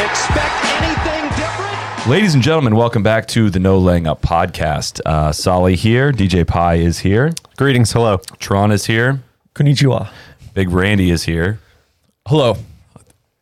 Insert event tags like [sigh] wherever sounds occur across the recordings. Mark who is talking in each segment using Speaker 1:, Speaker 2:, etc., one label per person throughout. Speaker 1: Expect anything different?
Speaker 2: Ladies and gentlemen, welcome back to the No Laying Up podcast. Uh, Solly here, DJ Pie is here,
Speaker 3: Greetings, hello.
Speaker 2: Tron is here,
Speaker 3: Konnichiwa.
Speaker 2: Big Randy is here.
Speaker 3: Hello.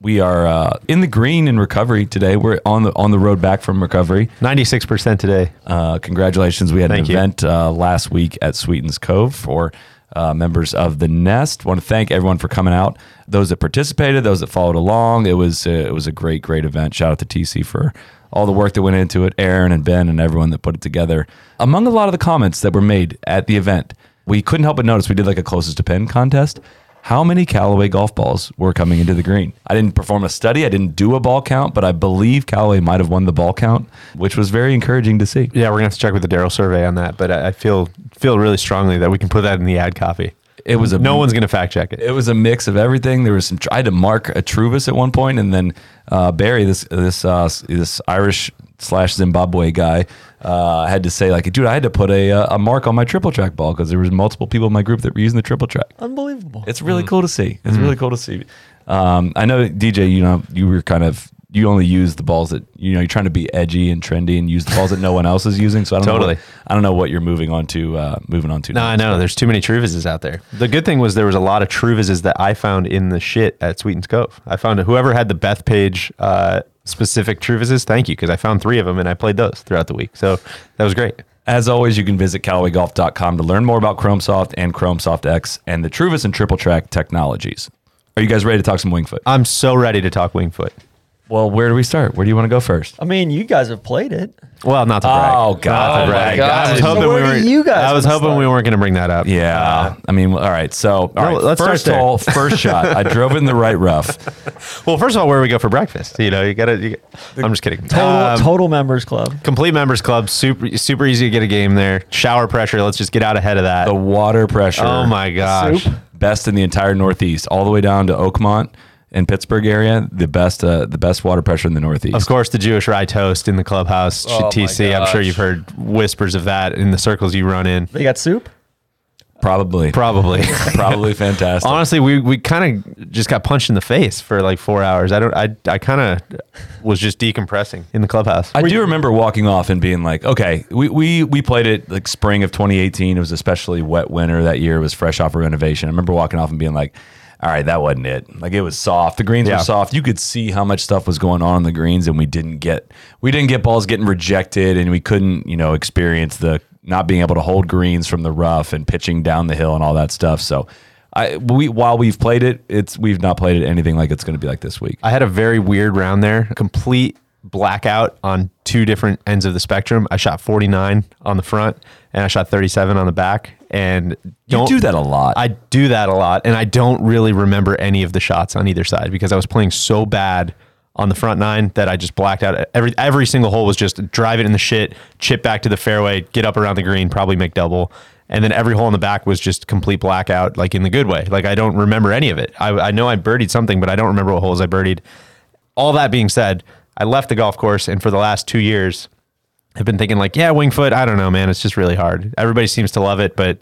Speaker 2: We are uh, in the green in recovery today. We're on the on the road back from recovery.
Speaker 3: 96% today.
Speaker 2: Uh, congratulations, we had
Speaker 3: Thank
Speaker 2: an
Speaker 3: you.
Speaker 2: event uh, last week at Sweetens Cove for uh, members of the Nest. Want to thank everyone for coming out. Those that participated, those that followed along. It was uh, it was a great great event. Shout out to TC for all the work that went into it. Aaron and Ben and everyone that put it together. Among a lot of the comments that were made at the event, we couldn't help but notice we did like a closest to pin contest. How many Callaway golf balls were coming into the green? I didn't perform a study. I didn't do a ball count, but I believe Callaway might have won the ball count, which was very encouraging to see.
Speaker 3: Yeah, we're going to have to check with the Daryl survey on that, but I I feel feel really strongly that we can put that in the ad copy.
Speaker 2: It was a
Speaker 3: No one's going to fact check it.
Speaker 2: It was a mix of everything. There was some. I had to mark a Truvis at one point, and then uh, Barry, this this uh, s- this Irish slash Zimbabwe guy, uh, had to say like, dude, I had to put a uh, a mark on my triple track ball because there was multiple people in my group that were using the triple track.
Speaker 3: Unbelievable.
Speaker 2: It's really cool to see. It's really cool to see. Um, I know DJ, you know, you were kind of you only use the balls that you know you're trying to be edgy and trendy and use the balls that no one else is using. So I don't
Speaker 3: Totally.
Speaker 2: know what, I don't know what you're moving on to uh, moving on to.
Speaker 3: No, I know. There's too many Truvises out there. The good thing was there was a lot of Truvises that I found in the shit at Sweeten's Cove. I found whoever had the Beth Page uh, specific Truvises, thank you, because I found three of them and I played those throughout the week. So that was great.
Speaker 2: As always, you can visit CallawayGolf.com to learn more about ChromeSoft and ChromeSoft X and the Truvis and Triple Track technologies. Are you guys ready to talk some Wingfoot?
Speaker 3: I'm so ready to talk Wingfoot.
Speaker 2: Uh, Well, where do we start? Where do you want to go first?
Speaker 4: I mean, you guys have played it.
Speaker 3: Well, not to brag.
Speaker 2: Oh, God.
Speaker 3: Not
Speaker 2: Oh,
Speaker 3: to
Speaker 2: my
Speaker 3: brag.
Speaker 4: God.
Speaker 3: I was hoping
Speaker 4: So
Speaker 3: we
Speaker 4: where do
Speaker 3: were.
Speaker 4: you guys
Speaker 3: I was
Speaker 4: wanna
Speaker 3: hoping we
Speaker 4: start?
Speaker 3: weren't going to bring that up.
Speaker 2: Yeah. I mean, all right. So, all right.
Speaker 3: let's start
Speaker 2: first
Speaker 3: there.
Speaker 2: hole, [laughs] first shot. I drove in the right rough.
Speaker 3: Well, first of all, where do we go for breakfast? You know, you gotta. You, I'm just kidding.
Speaker 4: Total,
Speaker 3: Um,
Speaker 4: total members club.
Speaker 3: complete members club. Super, super easy to get a game there. Shower pressure. Let's just get out ahead of that.
Speaker 2: The water pressure.
Speaker 3: oh my gosh.
Speaker 4: Soup.
Speaker 2: Best in the entire Northeast, all the way down to Oakmont and Pittsburgh area. The best, uh, the best water pressure in the Northeast.
Speaker 3: Of course, the Jewish rye toast in the clubhouse.
Speaker 4: Oh
Speaker 3: TC. I'm sure you've heard whispers of that in the circles you run in.
Speaker 4: They got soup.
Speaker 2: Probably,
Speaker 4: [laughs]
Speaker 3: Probably.
Speaker 2: [laughs] probably fantastic.
Speaker 3: Honestly, we, we kind of just got punched in the face for like four hours. I don't. I I kind of was just decompressing in the clubhouse.
Speaker 2: I do remember walking off and being like, okay, we, we, we played it like spring of 2018. It was especially wet winter that year. It was fresh off a renovation. I remember walking off and being like, all right, that wasn't it. Like it was soft. The greens
Speaker 3: Yeah.
Speaker 2: were soft. You could see how much stuff was going on in the greens, and we didn't get we didn't get balls getting rejected, and we couldn't you know experience the not being able to hold greens from the rough and pitching down the hill and all that stuff. So. I, we while we've played it, it's we've not played it anything like it's going to be like this week.
Speaker 3: I had a very weird round there, complete blackout on two different ends of the spectrum. I shot 49 on the front and I shot 37 on the back. And
Speaker 2: You do that a lot.
Speaker 3: I do that a lot. And I don't really remember any of the shots on either side because I was playing so bad on the front nine that I just blacked out. Every every single hole was just drive it in the shit, chip back to the fairway, get up around the green, probably make double. And then every hole in the back was just complete blackout, like in the good way. Like I don't remember any of it. I, I know I birdied something, but I don't remember what holes I birdied. All that being said, I left the golf course, and for the last two years, I've been thinking like, yeah, Wingfoot. I don't know, man. It's just really hard. Everybody seems to love it, but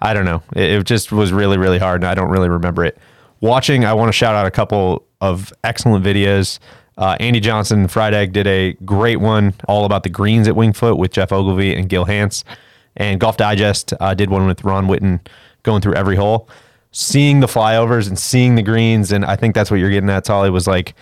Speaker 3: I don't know. It, it just was really, really hard, and I don't really remember it. Watching, I want to shout out a couple of excellent videos. Uh, Andy Johnson, Fried Egg did a great one all about the greens at Wingfoot with Jeff Ogilvy and Gil Hance, and Golf Digest uh, did one with Ron Witten going through every hole, seeing the flyovers and seeing the greens, and I think that's what you're getting at, Solly. Was like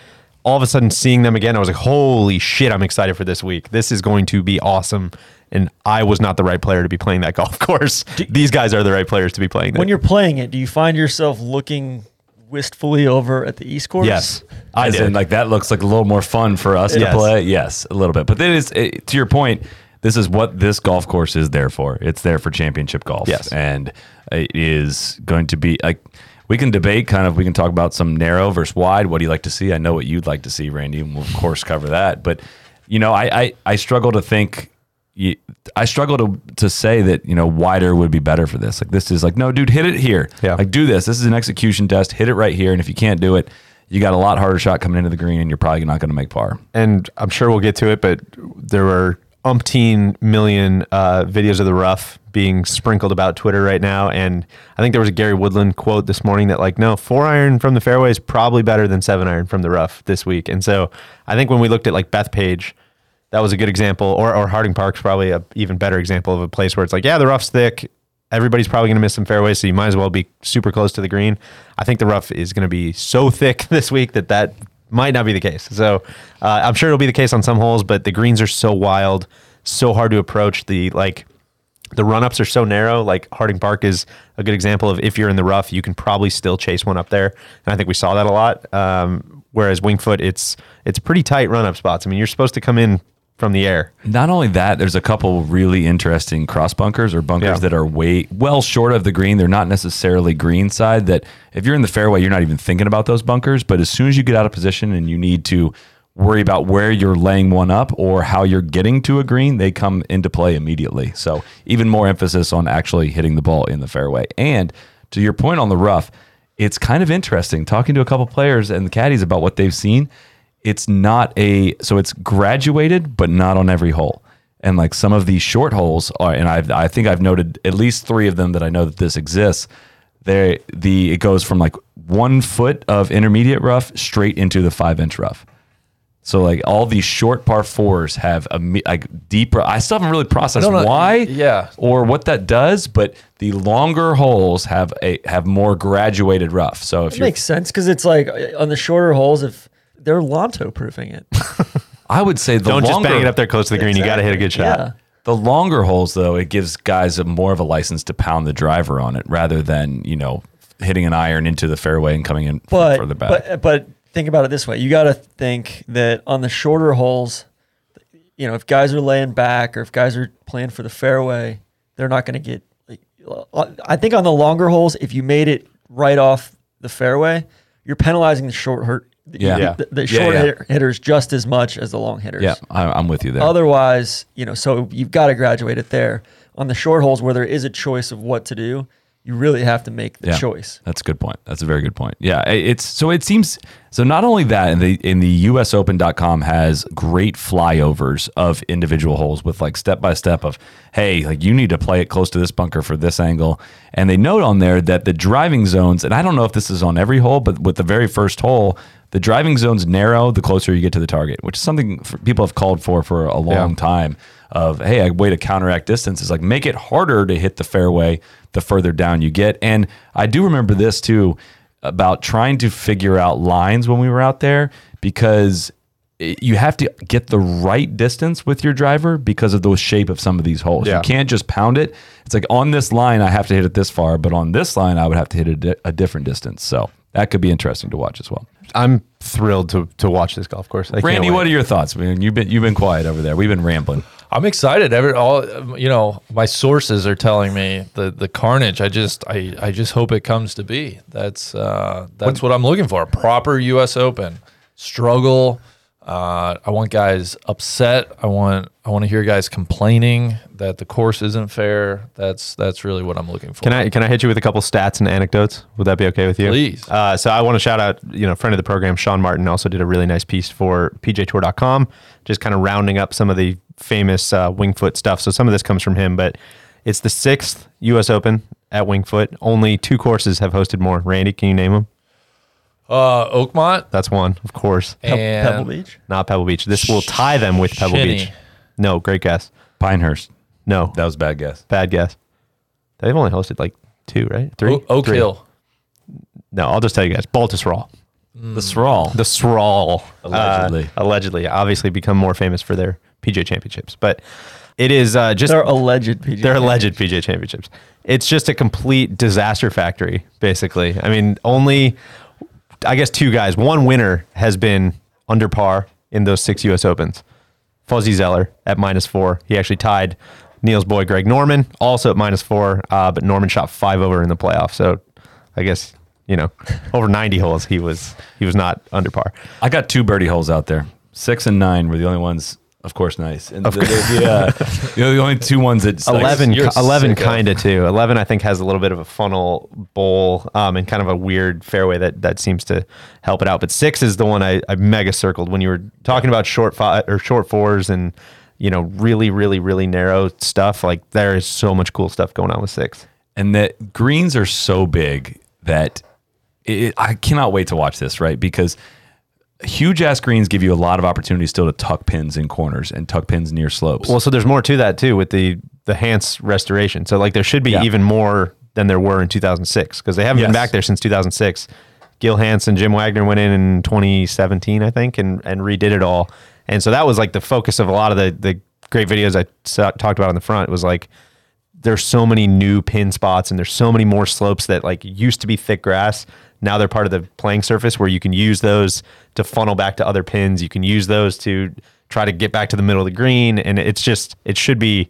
Speaker 3: all of a sudden seeing them again, I was like, holy shit, I'm excited for this week. This is going to be awesome. And I was not the right player to be playing that [laughs] golf course. These guys are the right players to be playing that.
Speaker 4: When you're playing it, do you find yourself looking wistfully over at the East Course?
Speaker 3: yes, I
Speaker 2: As
Speaker 3: did.
Speaker 2: in, like that looks like a little more fun for us
Speaker 3: Yes.
Speaker 2: to play. Yes, a little bit. But then it's it, to your point. This is what this golf course is there for. It's there for championship golf.
Speaker 3: Yes.
Speaker 2: and it is going to be like we can debate. Kind of, we can talk about some narrow versus wide. What do you like to see? I know what you'd like to see, Randy, and we'll of course cover that. But you know, I I, I struggle to think you, I struggle to to say that you know wider would be better for this. Like this is like no, dude, hit it here.
Speaker 3: Yeah.
Speaker 2: Like do this. This is an execution test. Hit it right here, and if you can't do it, you got a lot harder shot coming into the green, and you're probably not going to make par.
Speaker 3: and I'm sure we'll get to it, but there were umpteen million uh, videos of the rough being sprinkled about Twitter right now, and I think there was a Gary Woodland quote this morning that like, no, four iron from the fairway is probably better than seven iron from the rough this week, and so I think when we looked at like Beth Page. That was a good example, or, or Harding Park's probably a even better example of a place where it's like, yeah, the rough's thick. Everybody's probably going to miss some fairways, so you might as well be super close to the green. I think the rough is going to be so thick [laughs] this week that that might not be the case. So uh, I'm sure it'll be the case on some holes, but the greens are so wild, so hard to approach. The like the run ups are so narrow. Like Harding Park is a good example of if you're in the rough, you can probably still chase one up there, and I think we saw that a lot. Um, whereas Wingfoot, it's it's pretty tight run up spots. I mean, you're supposed to come in from the air.
Speaker 2: Not only that, there's a couple really interesting cross bunkers or bunkers
Speaker 3: Yeah.
Speaker 2: that are way well short of the green. They're not necessarily green side. That if you're in the fairway, you're not even thinking about those bunkers. But as soon as you get out of position and you need to worry about where you're laying one up or how you're getting to a green, they come into play immediately. So even more emphasis on actually hitting the ball in the fairway. And to your point on the rough, it's kind of interesting talking to a couple players and caddies about what they've seen it's not a so it's graduated but not on every hole and like some of these short holes are and I've, i think i've noted at least three of them that i know that this exists they the it goes from like one foot of intermediate rough straight into the five inch rough so like all these short par fours have a me- like deeper. I still haven't really processed
Speaker 5: No, no,
Speaker 2: why,
Speaker 5: yeah.
Speaker 2: or what that does. But the longer holes have a have more graduated rough. So if
Speaker 4: It
Speaker 2: you're
Speaker 4: makes sense because it's like uh, on the shorter holes, if they're Lanto proofing it.
Speaker 2: I would say the
Speaker 3: Don't just
Speaker 2: longer-
Speaker 3: bang it up there close to the green. You got to hit a good shot.
Speaker 4: Yeah.
Speaker 2: The longer holes, though, it gives guys a more of a license to pound the driver on it rather than you know hitting an iron into the fairway and coming in
Speaker 4: But,
Speaker 2: further back.
Speaker 4: but but think about it this way: you got to think that on the shorter holes, you know, if guys are laying back or if guys are playing for the fairway, they're not going to get. Like, I think on the longer holes, if you made it right off the fairway, you're penalizing the short hurt.
Speaker 2: Yeah. Yeah.
Speaker 4: the, the
Speaker 2: Yeah,
Speaker 4: short
Speaker 2: yeah.
Speaker 4: hitter- hitters just as much as the long hitters.
Speaker 2: yeah, I, I'm with you there.
Speaker 4: Otherwise, you know, so you've got to graduate it there. On the short holes where there is a choice of what to do, you really have to make the
Speaker 2: Yeah.
Speaker 4: choice.
Speaker 2: That's a good point. That's a very good point. Yeah, i- it's so it seems so. Not only that, in the in the USOpen.com has great flyovers of individual holes with like step by step of hey, like you need to play it close to this bunker for this angle, and they note on there that the driving zones, and I don't know if this is on every hole, but with the very first hole. The driving zones narrow the closer you get to the target, which is something for, people have called for for a long time. Of hey, a way to counteract distance is like make it harder to hit the fairway the further down you get. And I do remember this too about trying to figure out lines when we were out there because it- you have to get the right distance with your driver because of the shape of some of these holes.
Speaker 3: Yeah.
Speaker 2: You can't just pound it. It's like on this line, I have to hit it this far, but on this line, I would have to hit it di- a different distance. So that could be interesting to watch as well.
Speaker 3: I'm thrilled to to watch this golf course. I can't
Speaker 2: Randy,
Speaker 3: wait.
Speaker 2: what are your thoughts? I mean, you've been you've been quiet over there. We've been rambling.
Speaker 5: I'm excited. Every all um, you know, my sources are telling me the the carnage. I just I I just hope it comes to be. That's uh that's what I'm looking for. A proper US Open. Struggle. Uh, I want guys upset. I want I want to hear guys complaining that the course isn't fair. That's that's really what I'm looking for.
Speaker 3: Can I can I hit you with a couple stats and anecdotes? Would that be okay with you?
Speaker 5: Please.
Speaker 3: Uh, so I want to shout out, you know, friend of the program, Sean Martin, also did a really nice piece for PJTour.com, just kind of rounding up some of the famous uh, Wingfoot stuff. So some of this comes from him, but it's the sixth U.S. Open at Wingfoot. Only two courses have hosted more. Randy, can you name them?
Speaker 5: uh, Oakmont
Speaker 3: That's one, of course.
Speaker 4: Pe-
Speaker 5: and
Speaker 4: Pebble Beach.
Speaker 3: Not Pebble Beach. This will tie them with Pebble
Speaker 5: Shinny.
Speaker 3: Beach. No, great guess.
Speaker 2: Pinehurst.
Speaker 3: No,
Speaker 2: That was a bad guess.
Speaker 3: bad guess. They've only hosted like two, right? Three.
Speaker 5: O- Oak
Speaker 3: Three.
Speaker 5: Hill.
Speaker 3: No, I'll just tell you guys. Baltusrol.
Speaker 2: The Sral.
Speaker 3: the Sral
Speaker 2: Allegedly.
Speaker 3: uh, allegedly, obviously become more famous for their PJ championships. But it is uh, just
Speaker 4: They're alleged PG.
Speaker 3: they're alleged PJ championships. It's just a complete disaster factory, basically. I mean, only I guess two guys. One winner has been under par in those six U.S. Opens. Fuzzy Zeller at minus four. He actually tied Neil's boy Greg Norman, also at minus four. Uh, but Norman shot five over in the playoff, so I guess you know over ninety holes he was he was not under par.
Speaker 2: I got two birdie holes out there. Six and nine were the only ones Of course, nice. And the, the, uh, you know, the only two ones that
Speaker 3: 11,
Speaker 5: you're
Speaker 3: ki- 11
Speaker 5: sicko.
Speaker 3: kind of too. 11, I think, has a little bit of a funnel bowl um, and kind of a weird fairway that, that seems to help it out. But six is the one I, I mega circled when you were talking about short five or short fours and, you know, really, really, really narrow stuff. Like there is so much cool stuff going on with six.
Speaker 2: and that greens are so big that it, I cannot wait to watch this, right? Because huge ass greens give you a lot of opportunities still to tuck pins in corners and tuck pins near slopes.
Speaker 3: Well, so there's more to that too with the, the Hance restoration. So like there should be
Speaker 2: Yeah.
Speaker 3: even more than there were in 2006 because they haven't
Speaker 2: Yes.
Speaker 3: been back there since 2006. Gil Hansen, Jim Wagner went in in 2017, I think, and and redid it all. And so that was like the focus of a lot of the the great videos I sa- talked about on the front was like there's so many new pin spots and there's so many more slopes that like used to be thick grass. Now they're part of the playing surface where you can use those to funnel back to other pins. You can use those to try to get back to the middle of the green. And it's just, it should be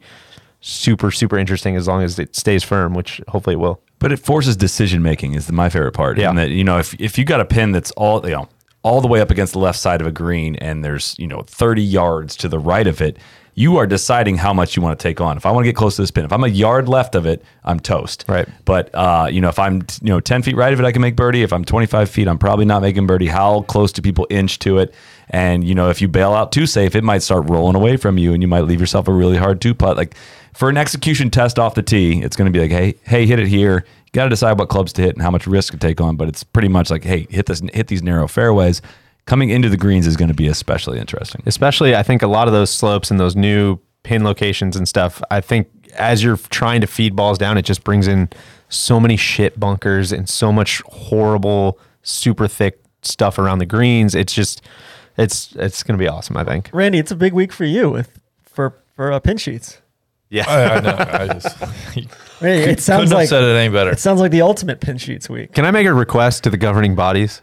Speaker 3: super, super interesting as long as it stays firm, which hopefully it will.
Speaker 2: But it forces decision making is the, my favorite part.
Speaker 3: Yeah.
Speaker 2: And that you know, if if you got a pin that's all you know, all the way up against the left side of a green, and there's you know 30 yards to the right of it, you are deciding how much you want to take on. If I want to get close to this pin, if I'm a yard left of it, I'm toast.
Speaker 3: Right.
Speaker 2: But uh, you know, if I'm you know 10 feet right of it, I can make birdie. If I'm 25 feet, I'm probably not making birdie. How close do people inch to it? And you know, if you bail out too safe, it might start rolling away from you, and you might leave yourself a really hard two putt. Like for an execution test off the tee, it's going to be like, hey, hey, hit it here. You got to decide what clubs to hit and how much risk to take on. But it's pretty much like, hey, hit this, hit these narrow fairways. Coming into the greens is going to be especially interesting.
Speaker 3: especially I think a lot of those slopes and those new pin locations and stuff. I think as you're trying to feed balls down, it just brings in so many shit bunkers and so much horrible, super thick stuff around the greens. It's just, it's it's gonna be awesome. I think.
Speaker 4: Randy, it's a big week for you with for for uh, pin sheets.
Speaker 5: I, I know. I just [laughs]
Speaker 4: I mean, it
Speaker 5: couldn't
Speaker 4: sounds
Speaker 5: have
Speaker 4: like
Speaker 5: said it any better.
Speaker 4: it sounds like the ultimate pin sheets week.
Speaker 3: Can I make a request to the governing bodies?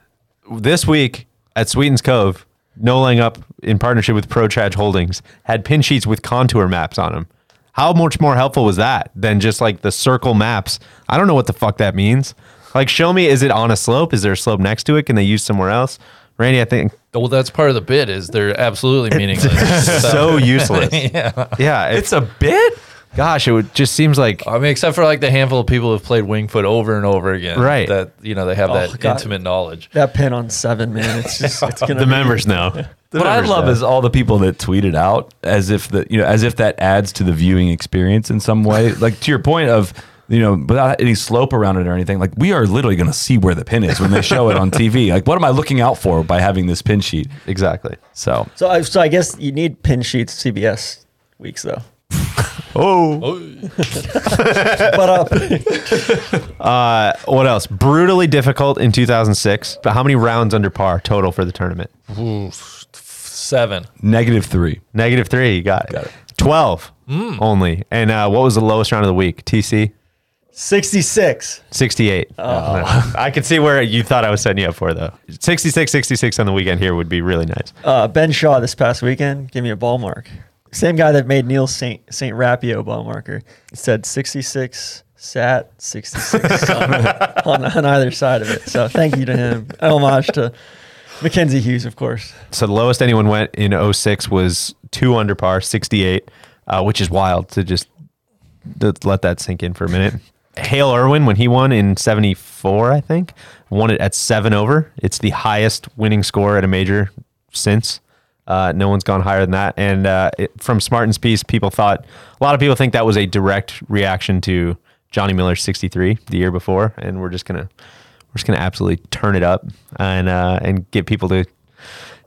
Speaker 3: This week at Sweetens Cove, No Laying Up, in partnership with ProTrage Holdings, had pin sheets with contour maps on them. How much more helpful was that than just like the circle maps? I don't know what the fuck that means. Like, show me, is it on a slope? Is there a slope next to it? Can they use somewhere else? Randy, I think
Speaker 5: Well, that's part of the bit. Is they're absolutely meaningless.
Speaker 3: so
Speaker 5: [laughs]
Speaker 3: useless. yeah.
Speaker 2: It's
Speaker 3: it's
Speaker 2: a bit. Uh,
Speaker 3: gosh, it would, just seems like
Speaker 5: I mean, except for like the handful of people who've played Wingfoot over and over again,
Speaker 3: Right.
Speaker 5: That you know they have that
Speaker 4: God.
Speaker 5: intimate knowledge.
Speaker 4: That pin on seven, man. It's just
Speaker 5: [laughs]
Speaker 4: it's gonna
Speaker 3: the
Speaker 4: be-
Speaker 3: members know.
Speaker 2: what I love is all [laughs] the people that tweeted out as if the you know as if that adds to the viewing experience in some [laughs] way. like to your point of you know without any slope around it or anything. Like we are literally going to see where the pin is when they show it on [laughs] TV. Like what am I looking out for by having this pin sheet?
Speaker 3: Exactly.
Speaker 2: So
Speaker 4: So I so I guess you need pin sheets CBS weeks though. oh. but uh, [laughs]
Speaker 3: Uh, What else? Brutally difficult in 2006. But how many rounds under par total for the tournament?
Speaker 5: Seven.
Speaker 2: negative three.
Speaker 3: Negative three. You got it.
Speaker 2: Got it.
Speaker 3: 12 only. And uh, what was the lowest round of the week? TC?
Speaker 4: 66.
Speaker 3: 68. [laughs] I could see where you thought I was setting you up for, though. 66, 66 on the weekend here would be really nice.
Speaker 4: Uh, ben Shaw this past weekend gave me a ball mark. Same guy that made Neil Saint Saint Rapio a ball marker. It said 66 sat [laughs] 66 on, on, on either side of it. So thank you to him. Homage to Mackenzie Hughes, of course.
Speaker 3: So the lowest anyone went in 06 was two under par, 68, uh, which is wild to just to let that sink in for a minute. Hale Irwin, when he won in 74, I think, won it at seven over. It's the highest winning score at a major since. Uh, no one's gone higher than that. And uh, it, from Smartin's piece, people thought, a lot of people think that was a direct reaction to Johnny Miller's 63 the year before. And we're just going to. We're just gonna absolutely turn it up and uh, and get people to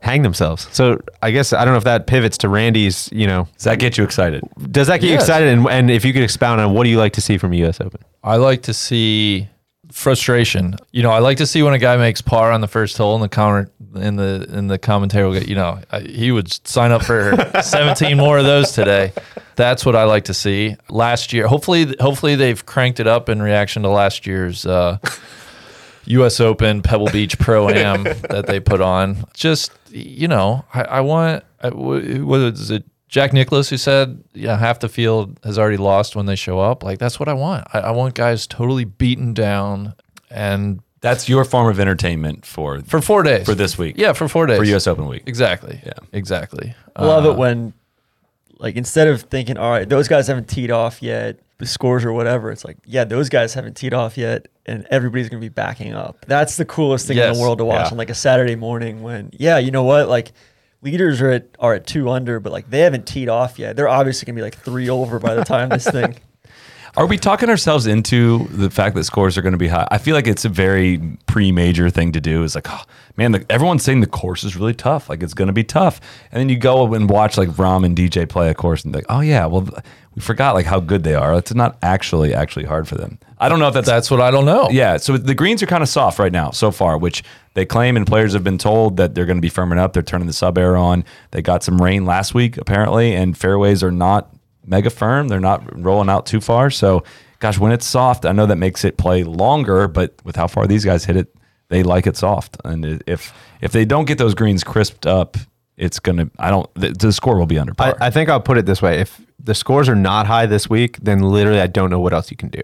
Speaker 3: hang themselves. So I guess I don't know if that pivots to Randy's. You know,
Speaker 2: Does that get you excited?
Speaker 3: does that get you excited? And, and if you could expound on what do you like to see from U.S. Open?
Speaker 5: I like to see frustration. You know, I like to see when a guy makes par on the first hole and the comment in the in the commentary will get, you know, I, he would sign up for 17 more of those today. That's what I like to see. Last year, hopefully hopefully they've cranked it up in reaction to last year's uh U.S. Open Pebble Beach
Speaker 2: [laughs]
Speaker 5: Pro Am that they put on. Just you know, I, I want. I, wh- was it Jack Nicholas who said, "Yeah, half the field has already lost when they show up." Like that's what I want. I, I want guys totally beaten down and
Speaker 2: That's your form of entertainment for
Speaker 5: for four days
Speaker 2: for this week
Speaker 5: Yeah, for four days
Speaker 2: for U.S. Open week.
Speaker 3: Uh,
Speaker 5: Exactly. Uh, Yeah, exactly.
Speaker 4: Love it when Like instead of thinking, all right, those guys haven't teed off yet, the scores or whatever, it's like, yeah, those guys haven't teed off yet, and everybody's gonna be backing up. That's the coolest thing in
Speaker 5: Yes,
Speaker 4: the world to watch
Speaker 3: yeah.
Speaker 4: on like a Saturday morning when, yeah, you know what, like. Leaders are at are at two under, but like they haven't teed off yet. They're obviously gonna be like three over by the time
Speaker 3: [laughs]
Speaker 4: this thing.
Speaker 2: Are we talking ourselves into the fact that scores are going to be high? I feel like it's a very pre-major thing to do. It's like, oh, man, the, everyone's saying the course is really tough. Like it's going to be tough, and then you go and watch like Rom and DJ play a course, and like, oh yeah, well, th- we forgot like how good they are. It's not actually actually hard for them. I don't know if that's
Speaker 5: That's what I don't know.
Speaker 2: yeah, so the greens are kind of soft right now so far, which they claim and players have been told that they're going to be firming up. They're turning the sub air on. They got some rain last week apparently, and fairways are not mega firm. They're not rolling out too far. So, gosh, when it's soft, I know that makes it play longer, but with how far these guys hit it, they like it soft. And i- if if they don't get those greens crisped up, it's gonna. I don't. The, the score will be under par.
Speaker 3: I, I think I'll put it this way: if the scores are not high this week, then literally I don't know what else you can do.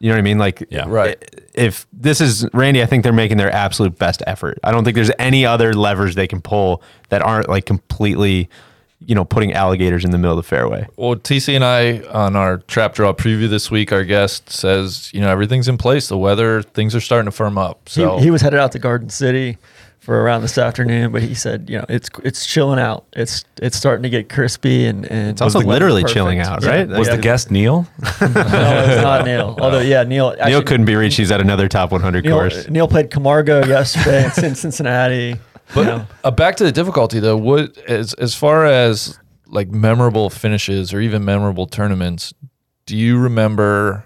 Speaker 3: You know what I mean? Like,
Speaker 2: Yeah.
Speaker 5: Right.
Speaker 3: i- If this is Randy, I think they're making their absolute best effort. I don't think there's any other levers they can pull that aren't like completely, you know, putting alligators in the middle of the fairway.
Speaker 5: Well, TC and I on our trap draw preview this week, our guest says, you know, everything's in place. The weather, things are starting to firm up. So
Speaker 4: he, he was headed out to Garden City for around this afternoon, but he said, you know, it's it's chilling out. It's it's starting to get crispy and and
Speaker 3: It's also
Speaker 4: the weather
Speaker 3: literally
Speaker 4: perfect.
Speaker 3: chilling out,
Speaker 4: Yeah.
Speaker 3: right?
Speaker 2: was the guest Neil?
Speaker 4: No, it's not Neil. Although yeah, Neil actually,
Speaker 3: Neil couldn't be reached. He's at another top 100
Speaker 4: Neil, uh,
Speaker 3: course.
Speaker 4: Neil played Camargo yesterday. it's in Cincinnati.
Speaker 5: But
Speaker 4: you know.
Speaker 5: uh, back to the difficulty though, what as as far as like memorable finishes or even memorable tournaments, do you remember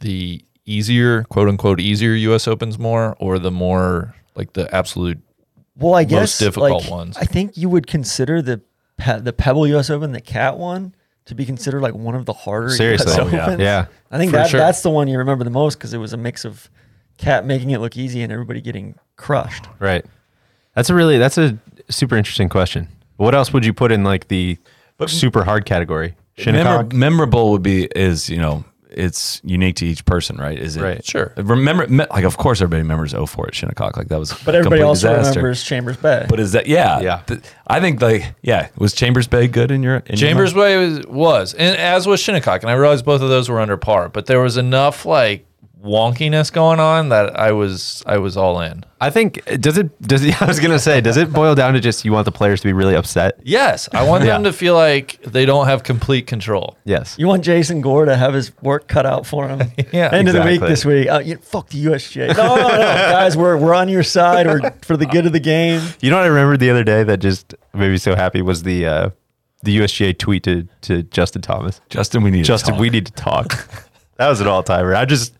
Speaker 5: the easier, quote unquote, easier U.S. Opens more, or the more like the absolute?
Speaker 4: Well, I guess
Speaker 5: difficult
Speaker 4: like,
Speaker 5: ones.
Speaker 4: I think you would consider the Pe- the Pebble U.S. Open, the Cat one, to be considered like one of the harder
Speaker 3: Seriously.
Speaker 4: U.S.
Speaker 3: Oh, yeah.
Speaker 4: Opens.
Speaker 3: Yeah.
Speaker 4: I think
Speaker 5: For
Speaker 4: that
Speaker 5: sure.
Speaker 4: that's the one you remember the most because it was a mix of Cat making it look easy and everybody getting crushed.
Speaker 3: Right. That's a really that's a super interesting question. What else would you put in like the super hard category?
Speaker 2: Memor-
Speaker 3: Shinnecock.
Speaker 2: memorable would be is you know it's unique to each person, right? Is it
Speaker 3: Right.
Speaker 5: Sure.
Speaker 2: Remember, me- like of course everybody remembers 04 at Shinnecock, like that was
Speaker 4: But everybody also remembers Chambers Bay.
Speaker 2: But is that yeah?
Speaker 3: Yeah.
Speaker 2: Th- I think like yeah, was Chambers Bay good in your in your
Speaker 5: Chambers
Speaker 2: mind?
Speaker 5: Bay was, was, and as was Shinnecock, and I realized both of those were under par, but there was enough like wonkiness going on that I was I was all in.
Speaker 3: I think does it does it, [laughs] I was gonna say does it boil down to just you want the players to be really upset?
Speaker 5: Yes, I [laughs] want them
Speaker 3: Yeah.
Speaker 5: to feel like they don't have complete control.
Speaker 3: Yes.
Speaker 4: you want Jason Gore to have his work cut out for him.
Speaker 5: Yeah,
Speaker 4: end of the week
Speaker 3: exactly.
Speaker 4: this week. Oh, you, fuck the USGA. No, no, no, guys, we're we're on your side. We're for the good of the game.
Speaker 3: You know what I remembered the other day that just made me so happy was the uh, the USGA tweet to to Justin Thomas.
Speaker 2: Justin, we need to
Speaker 3: Justin,
Speaker 2: talk.
Speaker 3: we need to talk. [laughs] that was an all timer. I just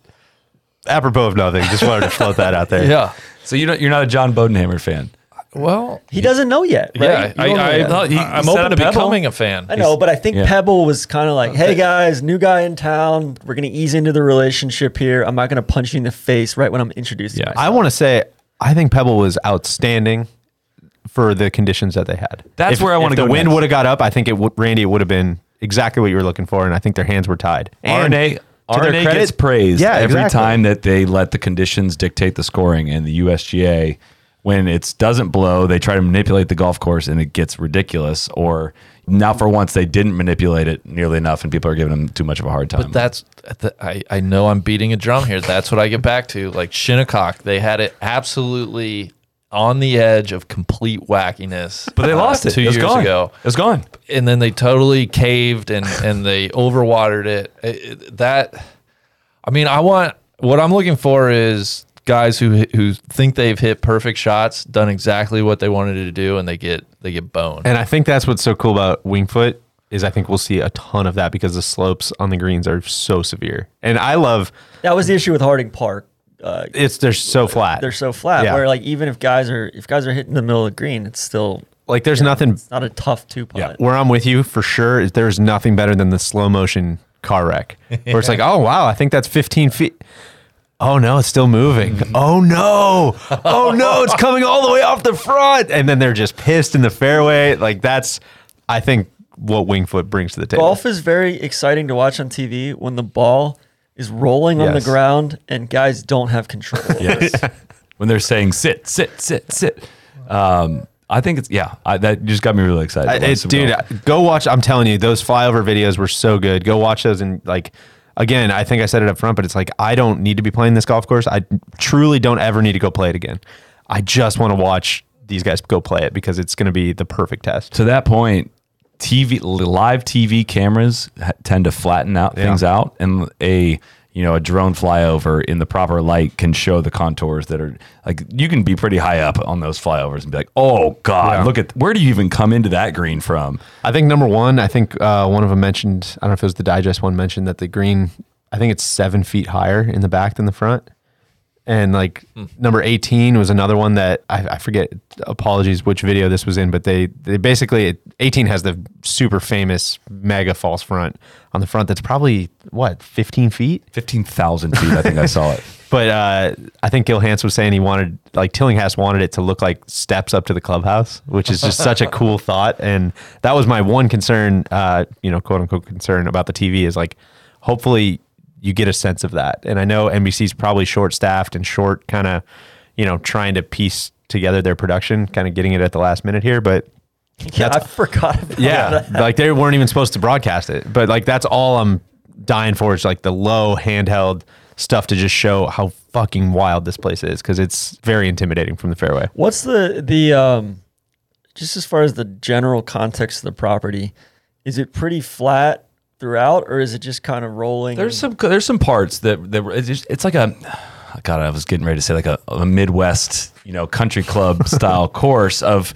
Speaker 3: apropos of nothing, just wanted to float that out there.
Speaker 5: [laughs] Yeah.
Speaker 2: So you don't you're not a John Bodenhammer fan.
Speaker 5: Well,
Speaker 4: He doesn't know yet. Right?
Speaker 5: yeah,
Speaker 4: You don't know
Speaker 5: I,
Speaker 4: yet.
Speaker 5: I,
Speaker 2: He-
Speaker 5: I, I'm
Speaker 2: he set
Speaker 5: open
Speaker 2: up
Speaker 5: to
Speaker 2: Pebble.
Speaker 5: becoming a fan.
Speaker 4: I know, but I think
Speaker 2: yeah.
Speaker 4: Pebble was kind of like, "Hey guys, new guy in town. We're gonna ease into the relationship here. I'm not gonna punch you in the face right when I'm introduced."
Speaker 2: Yeah.
Speaker 4: Yeah,
Speaker 3: I want to say I think Pebble was outstanding for the conditions that they had.
Speaker 2: That's
Speaker 3: If-
Speaker 2: where I wanna
Speaker 3: if
Speaker 2: go
Speaker 3: The wind
Speaker 2: next.
Speaker 3: would have got up. I think it would, Randy. It would have been exactly what you were looking for, and I think their hands were tied. And
Speaker 2: RNA
Speaker 3: to their
Speaker 2: RNA
Speaker 3: credit-
Speaker 2: gets praised
Speaker 3: Yeah,
Speaker 2: every
Speaker 3: exactly.
Speaker 2: time that they let the conditions dictate the scoring and the USGA when it doesn't blow, they try to manipulate the golf course and it gets ridiculous or now for once they didn't manipulate it nearly enough and people are giving them too much of a hard time.
Speaker 5: But that's the, I, I know I'm beating a drum here. That's what I get back to. Like Shinnecock, they had it absolutely on the edge of complete wackiness.
Speaker 2: but they
Speaker 5: uh,
Speaker 2: lost it.
Speaker 5: two
Speaker 2: it was
Speaker 5: years
Speaker 2: gone.
Speaker 5: ago,
Speaker 2: It was gone.
Speaker 5: and then they totally caved and and they overwatered it. It- it- That I mean, I want what I'm looking for is guys who hit- who think they've hit perfect shots, done exactly what they wanted to do, and they get they get boned.
Speaker 3: And I think that's what's so cool about Wingfoot is I think we'll see a ton of that because the slopes on the greens are so severe. And I love
Speaker 4: that was the issue with Harding Park. Uh,
Speaker 3: it's they're so flat.
Speaker 4: they're so flat.
Speaker 3: Yeah.
Speaker 4: Where like even if guys are if guys are hitting the middle of the green, it's still
Speaker 3: like there's nothing
Speaker 4: it's not a tough two putt.
Speaker 3: where I'm with you for sure is there's nothing better than the slow motion car wreck where it's like, oh wow, I think that's 15 feet. Oh no, it's still moving. Oh no. Oh no, it's coming all the way off the front. And then they're just pissed in the fairway. Like that's I think what Wingfoot brings to the table.
Speaker 4: Golf is very exciting to watch on TV when the ball is rolling on the
Speaker 3: Yes.
Speaker 4: ground and
Speaker 3: [laughs]
Speaker 4: guys don't have control.
Speaker 2: Yes. when they're saying sit, sit, sit, sit. Um, I think it's yeah. I, that just got me really excited.
Speaker 3: I,
Speaker 2: to watch
Speaker 3: it's
Speaker 2: some
Speaker 3: dude,
Speaker 2: golf.
Speaker 3: go watch. I'm telling you, those flyover videos were so good. Go watch those and like. Again, I think I said it up front, but it's like I don't need to be playing this golf course. I truly don't ever need to go play it again. I just want to watch these guys go play it because it's going to be the perfect test.
Speaker 2: to that point, TV live TV cameras ha- tend to flatten out things out, and a you know a drone flyover in the proper light can show the contours that are like you can be pretty high up on those flyovers and be like, oh god, look at where do you even come into that green from?
Speaker 3: I think number one, I think uh, one of them mentioned, I don't know if it was the digest one mentioned that the green, I think it's seven feet higher in the back than the front. And like number 18 was another one that I, I forget, apologies, which video this was in, but they, they basically, 18 has the super famous mega false front on the front that's probably what, 15 feet?
Speaker 2: Fifteen thousand feet, I think I saw it.
Speaker 3: But uh, I think Gil Hans was saying he wanted, like Tillinghast wanted it to look like steps up to the clubhouse, which is just such a cool thought. And that was my one concern, uh, you know, quote unquote concern about the TV is like, hopefully you get a sense of that. And I know NBC's probably short staffed and short, kind of, you know, trying to piece together their production, kind of getting it at the last minute here. But
Speaker 4: Yeah, I forgot about
Speaker 3: yeah, [laughs]
Speaker 4: that.
Speaker 3: like they weren't even supposed to broadcast it. But like that's all I'm dying for is like the low handheld stuff to just show how fucking wild this place is because it's very intimidating from the fairway.
Speaker 4: What's the the um just as far as the general context of the property, is it pretty flat throughout or is it just kind of rolling?
Speaker 2: There's
Speaker 4: and-
Speaker 2: some there's some parts that that were- it's just it's like a God, I was getting ready to say like a, a Midwest you know country club [laughs] style course of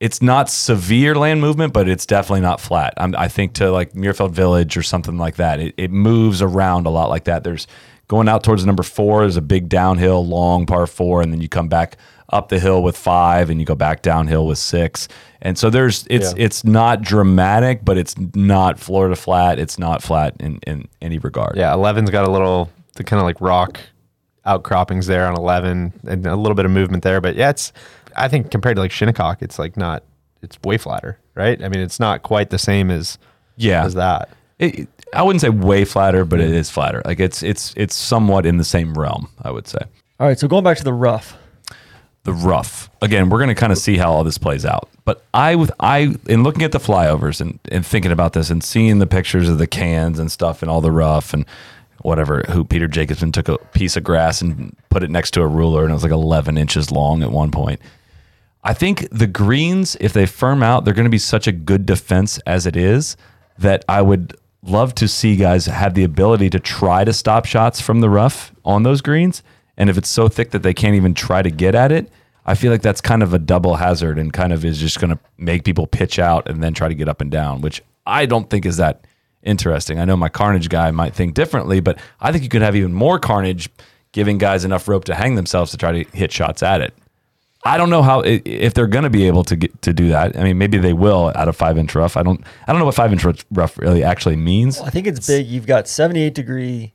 Speaker 2: it's not severe land movement, but it's definitely not flat. I'm, I think to like Muirfield Village or something like that, it, it moves around a lot like that. There's going out towards number four is a big downhill, long par four, and then you come back up the hill with five, and you go back downhill with six. And so there's it's it's not dramatic, but it's not Florida flat. It's not flat in in any regard.
Speaker 3: Yeah, 11's got a little the kind of like rock outcroppings there on 11 and a little bit of movement there. But yeah, it's I think compared to like Shinnecock, it's like not it's way flatter, right? I mean, it's not quite the same as
Speaker 2: yeah.
Speaker 3: as that.
Speaker 2: It, it- I wouldn't say way flatter, but it is flatter. Like it's it's it's somewhat in the same realm. I would say
Speaker 4: All right, so going back to the rough.
Speaker 2: the rough. Again, we're going to kind of see how all this plays out. But I with I in looking at the flyovers and and thinking about this and seeing the pictures of the cans and stuff and all the rough and whatever who Peter Jacobson took a piece of grass and put it next to a ruler and it was like 11 inches long at one point. I think the greens, if they firm out, they're going to be such a good defense as it is that I would love to see guys have the ability to try to stop shots from the rough on those greens. And if it's so thick that they can't even try to get at it, I feel like that's kind of a double hazard and kind of is just going to make people pitch out and then try to get up and down, which I don't think is that interesting. I know my carnage guy might think differently, but I think you could have even more carnage giving guys enough rope to hang themselves to try to hit shots at it. I don't know how i- if they're going to be able to get to do that. I mean, maybe they will out of five inch rough. I don't. I don't know what five inch rough really actually means.
Speaker 4: I think it's big. You've got 78 degree,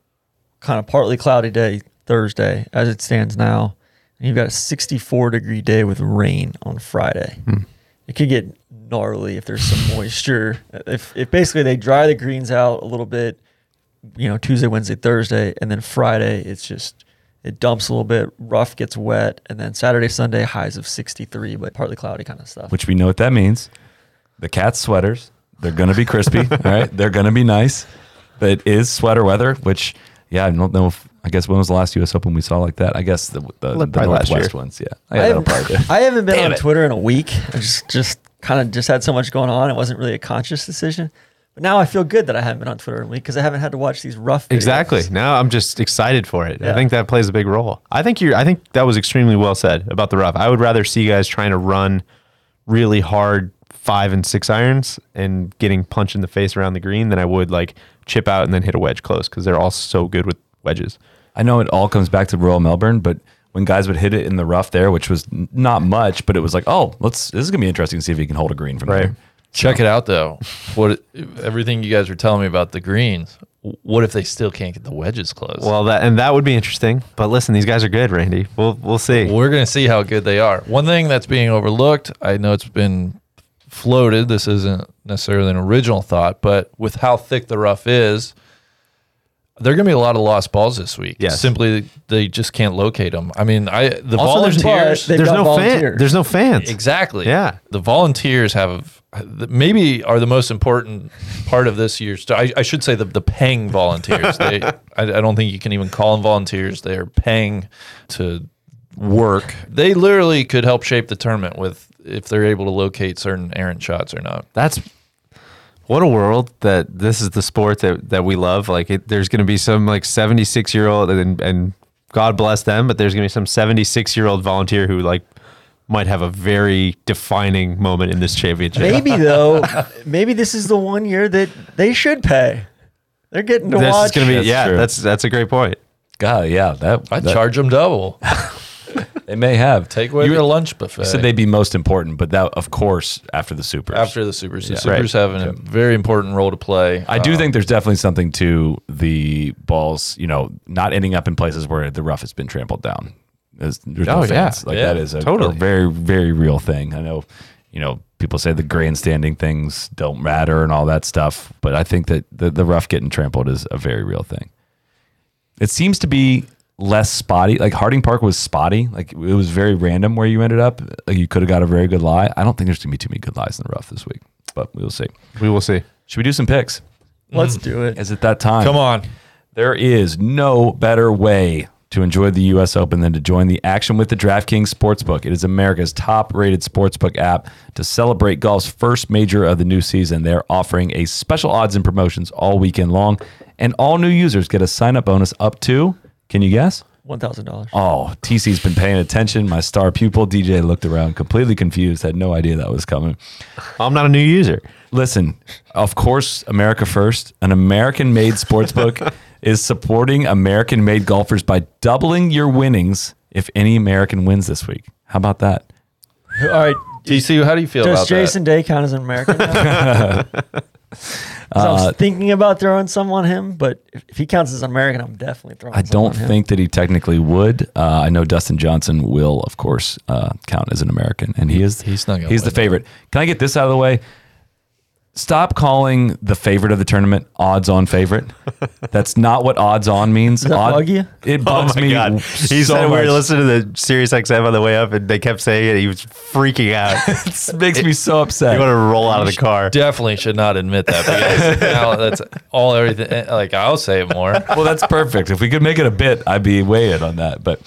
Speaker 4: kind of partly cloudy day Thursday as it stands now. And you've got a 64 degree day with rain on Friday. It could get gnarly if there's some [laughs] moisture. If, if basically they dry the greens out a little bit, you know, Tuesday, Wednesday, Thursday, and then Friday, it's just, it dumps a little bit, rough gets wet, and then Saturday, Sunday, highs of 63, but partly cloudy kind of stuff.
Speaker 2: Which we know what that means. The cat's sweaters. They're going to be
Speaker 3: [laughs]
Speaker 2: crispy. all right. They're going to be nice. But it is sweater weather. Which, yeah, I don't know. if I guess when was the last U.S. Open we saw like that? I guess the the, the
Speaker 3: probably last
Speaker 2: Northwest
Speaker 3: year.
Speaker 2: ones. Yeah.
Speaker 4: I
Speaker 2: Yeah, that'll probably do.
Speaker 3: [laughs]
Speaker 4: haven't, [laughs] I haven't been
Speaker 2: Damn
Speaker 4: on
Speaker 2: it.
Speaker 4: Twitter in a week. I just just kind of just had so much going on. It wasn't really a conscious decision. But now I feel good that I haven't been on Twitter in a week because I haven't had to watch these rough. videos.
Speaker 3: Exactly. Now I'm just excited for it. I
Speaker 4: Yeah.
Speaker 3: think that plays a big role. I think you're. I think that was extremely well said about the rough. I would rather see guys trying to run really hard five and six irons and getting punched in the face around the green than I would like chip out and then hit a wedge close because they're all so good with wedges.
Speaker 2: I know it all comes back to rural Melbourne, but when guys would hit it in the rough there, which was n- not much, but it was like, oh, let's. This is going to be interesting to see if he can hold a green from
Speaker 3: Right.
Speaker 2: there.
Speaker 5: Check it out though. What everything you guys were telling me about the greens. What if they still can't get the wedges closed?
Speaker 3: Well, that and that would be interesting. But listen, these guys are good, Randy. We'll we'll see.
Speaker 5: We're going to see how good they are. One thing that's being overlooked, I know it's been floated. This isn't necessarily an original thought, but with how thick the rough is, There are going to be a lot of lost balls this week.
Speaker 3: Yes.
Speaker 5: Simply, they just can't locate them. I mean, I the
Speaker 3: Also, there's-
Speaker 5: volunteers.
Speaker 4: They've
Speaker 3: there's
Speaker 4: got
Speaker 3: no fan,
Speaker 4: volunteers.
Speaker 3: there's no fans.
Speaker 5: Exactly.
Speaker 3: Yeah.
Speaker 5: The volunteers have maybe are the most important part of this year's. I, I should say the, the paying
Speaker 2: [laughs]
Speaker 5: volunteers. they, I, I don't think you can even call them volunteers. They are paying to work. They literally could help shape the tournament with if they're able to locate certain errant shots or not.
Speaker 3: That's what a world that this is the sport that that we love. Like it, there's going to be some like 76 year old and and God bless them, but there's going to be some 76 year old volunteer who like might have a very defining moment in this championship.
Speaker 4: [laughs] Maybe though, maybe this is the one year that they should pay. They're getting to
Speaker 3: this
Speaker 4: watch.
Speaker 3: is going to be
Speaker 2: That's
Speaker 3: yeah.
Speaker 2: true.
Speaker 3: That's that's a great point.
Speaker 2: God, yeah, that
Speaker 5: I
Speaker 2: that-
Speaker 5: charge them double.
Speaker 2: They may have
Speaker 5: Take away
Speaker 2: You
Speaker 5: their lunch buffet.
Speaker 2: said they'd be most important, but that, of course, after the Super.
Speaker 5: after the supers. The
Speaker 2: Yeah.
Speaker 5: supers have a very important role to play. Um,
Speaker 2: I do
Speaker 3: Um,
Speaker 2: think there's definitely something to the balls, you know, not ending up in places where the rough has been trampled down. There's, there's no
Speaker 3: Oh, yeah.
Speaker 2: fans. Like
Speaker 5: Yeah,
Speaker 2: that is a,
Speaker 3: totally.
Speaker 2: a very, very real thing. I know, you know, people say the grandstanding things don't matter and all that stuff, but I think that the, the rough getting trampled is a very real thing. It seems to be less spotty. Like Harding Park was spotty. Like it was very random where you ended up. Like you could have got a very good lie. I don't think there's gonna be too many good lies in the rough this week, but we'll see.
Speaker 3: We will see.
Speaker 2: Should we do some picks?
Speaker 4: Let's do it.
Speaker 2: Is it that time?
Speaker 5: Come on.
Speaker 2: There is no better way to enjoy the U.S. Open than to join the action with the DraftKings Sportsbook. It is America's top rated sportsbook app to celebrate golf's first major of the new season. They're offering a special odds and promotions all weekend long, and all new users get a sign up bonus up to, can you guess?
Speaker 4: One thousand dollars.
Speaker 2: Oh, TC's been paying attention. My star pupil, DJ, looked around completely confused, had no idea that was coming.
Speaker 3: I'm not a new user.
Speaker 2: Listen, of course, America First, an American made sportsbook, is supporting American made golfers by doubling your winnings if any American wins this week. How about that?
Speaker 4: All right.
Speaker 5: TC, how do you feel
Speaker 4: Does
Speaker 5: about
Speaker 4: Jason Day count as an
Speaker 2: [laughs]
Speaker 4: American? now? 'Cause I
Speaker 2: Uh,
Speaker 4: was thinking about throwing some on him, but if, if he counts as an American, I'm definitely throwing.
Speaker 2: I
Speaker 4: some
Speaker 2: don't
Speaker 4: on him.
Speaker 2: think that he technically would. Uh, I know Dustin Johnson will, of course, uh, count as an American, and he is
Speaker 5: He's not gonna
Speaker 2: he's the
Speaker 5: win.
Speaker 2: favorite. Can I get this out of the way? Stop calling the favorite of the tournament odds on favorite. That's not what odds on means.
Speaker 4: that bug you?
Speaker 2: It bugs me.
Speaker 3: He
Speaker 2: so
Speaker 3: said we
Speaker 2: much.
Speaker 3: were listening to the Sirius XM on the way up, and they kept saying it. He was freaking out. [laughs]
Speaker 2: It makes me so upset.
Speaker 3: he wanted to roll out of the car.
Speaker 5: that? Definitely should not admit that because now that's all everything. Like I'll say it more.
Speaker 2: [laughs] well, that's perfect. If we could make it a bit, I'd be way in on that. But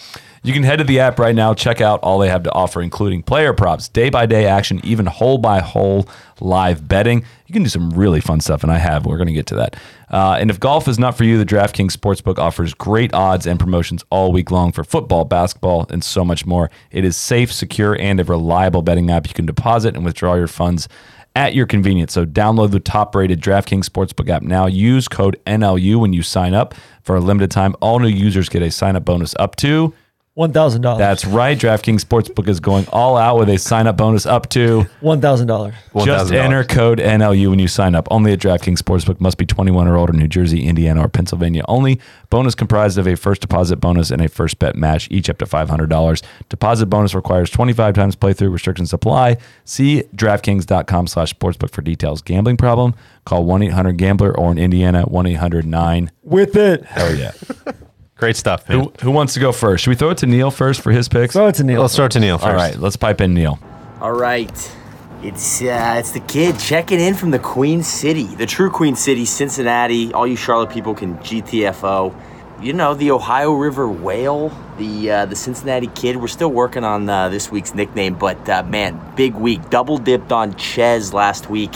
Speaker 2: you can head to the app right now, check out all they have to offer, including player props, day by day action, even hole by hole live betting. You can do some really fun stuff, and I have. We're going to get to that. Uh, and if golf is not for you, the DraftKings Sportsbook offers great odds and promotions all week long for football, basketball, and so much more. It is safe, secure, and a reliable betting app. You can deposit and withdraw your funds at your convenience. So download the top-rated DraftKings Sportsbook app now. Use code NLU when you sign up for a limited time. All new users get a sign-up bonus up to.
Speaker 4: one thousand dollars.
Speaker 2: That's right. DraftKings Sportsbook is going all out with a sign-up bonus up to.
Speaker 4: One thousand dollars.
Speaker 2: Just
Speaker 3: $1,000.
Speaker 2: enter code NLU when you sign up. Only at DraftKings Sportsbook must be 21 or older, New Jersey, Indiana, or Pennsylvania only. Bonus comprised of a first deposit bonus and a first bet match, each up to $500. Deposit bonus requires 25 times playthrough. Restrictions apply. See DraftKings.com slash sportsbook for details. Gambling problem? Call 1-800-GAMBLER or in Indiana, 1-800-9.
Speaker 4: With it.
Speaker 2: Hell oh
Speaker 3: [laughs]
Speaker 2: yeah.
Speaker 3: Great stuff. Man.
Speaker 2: who, who wants to go first? Should we throw it to Neil first for his picks?
Speaker 4: Throw it to Neil.
Speaker 3: Let's start to Neil first.
Speaker 2: All right, let's pipe in Neil.
Speaker 6: All right. It's uh, it's the kid checking in from the Queen City, the true Queen City, Cincinnati. All you Charlotte people can GTFO. You know the Ohio River Whale, the uh, the Cincinnati kid. We're still working on uh, this week's nickname, but uh, man, big week. Double dipped on Ches last week.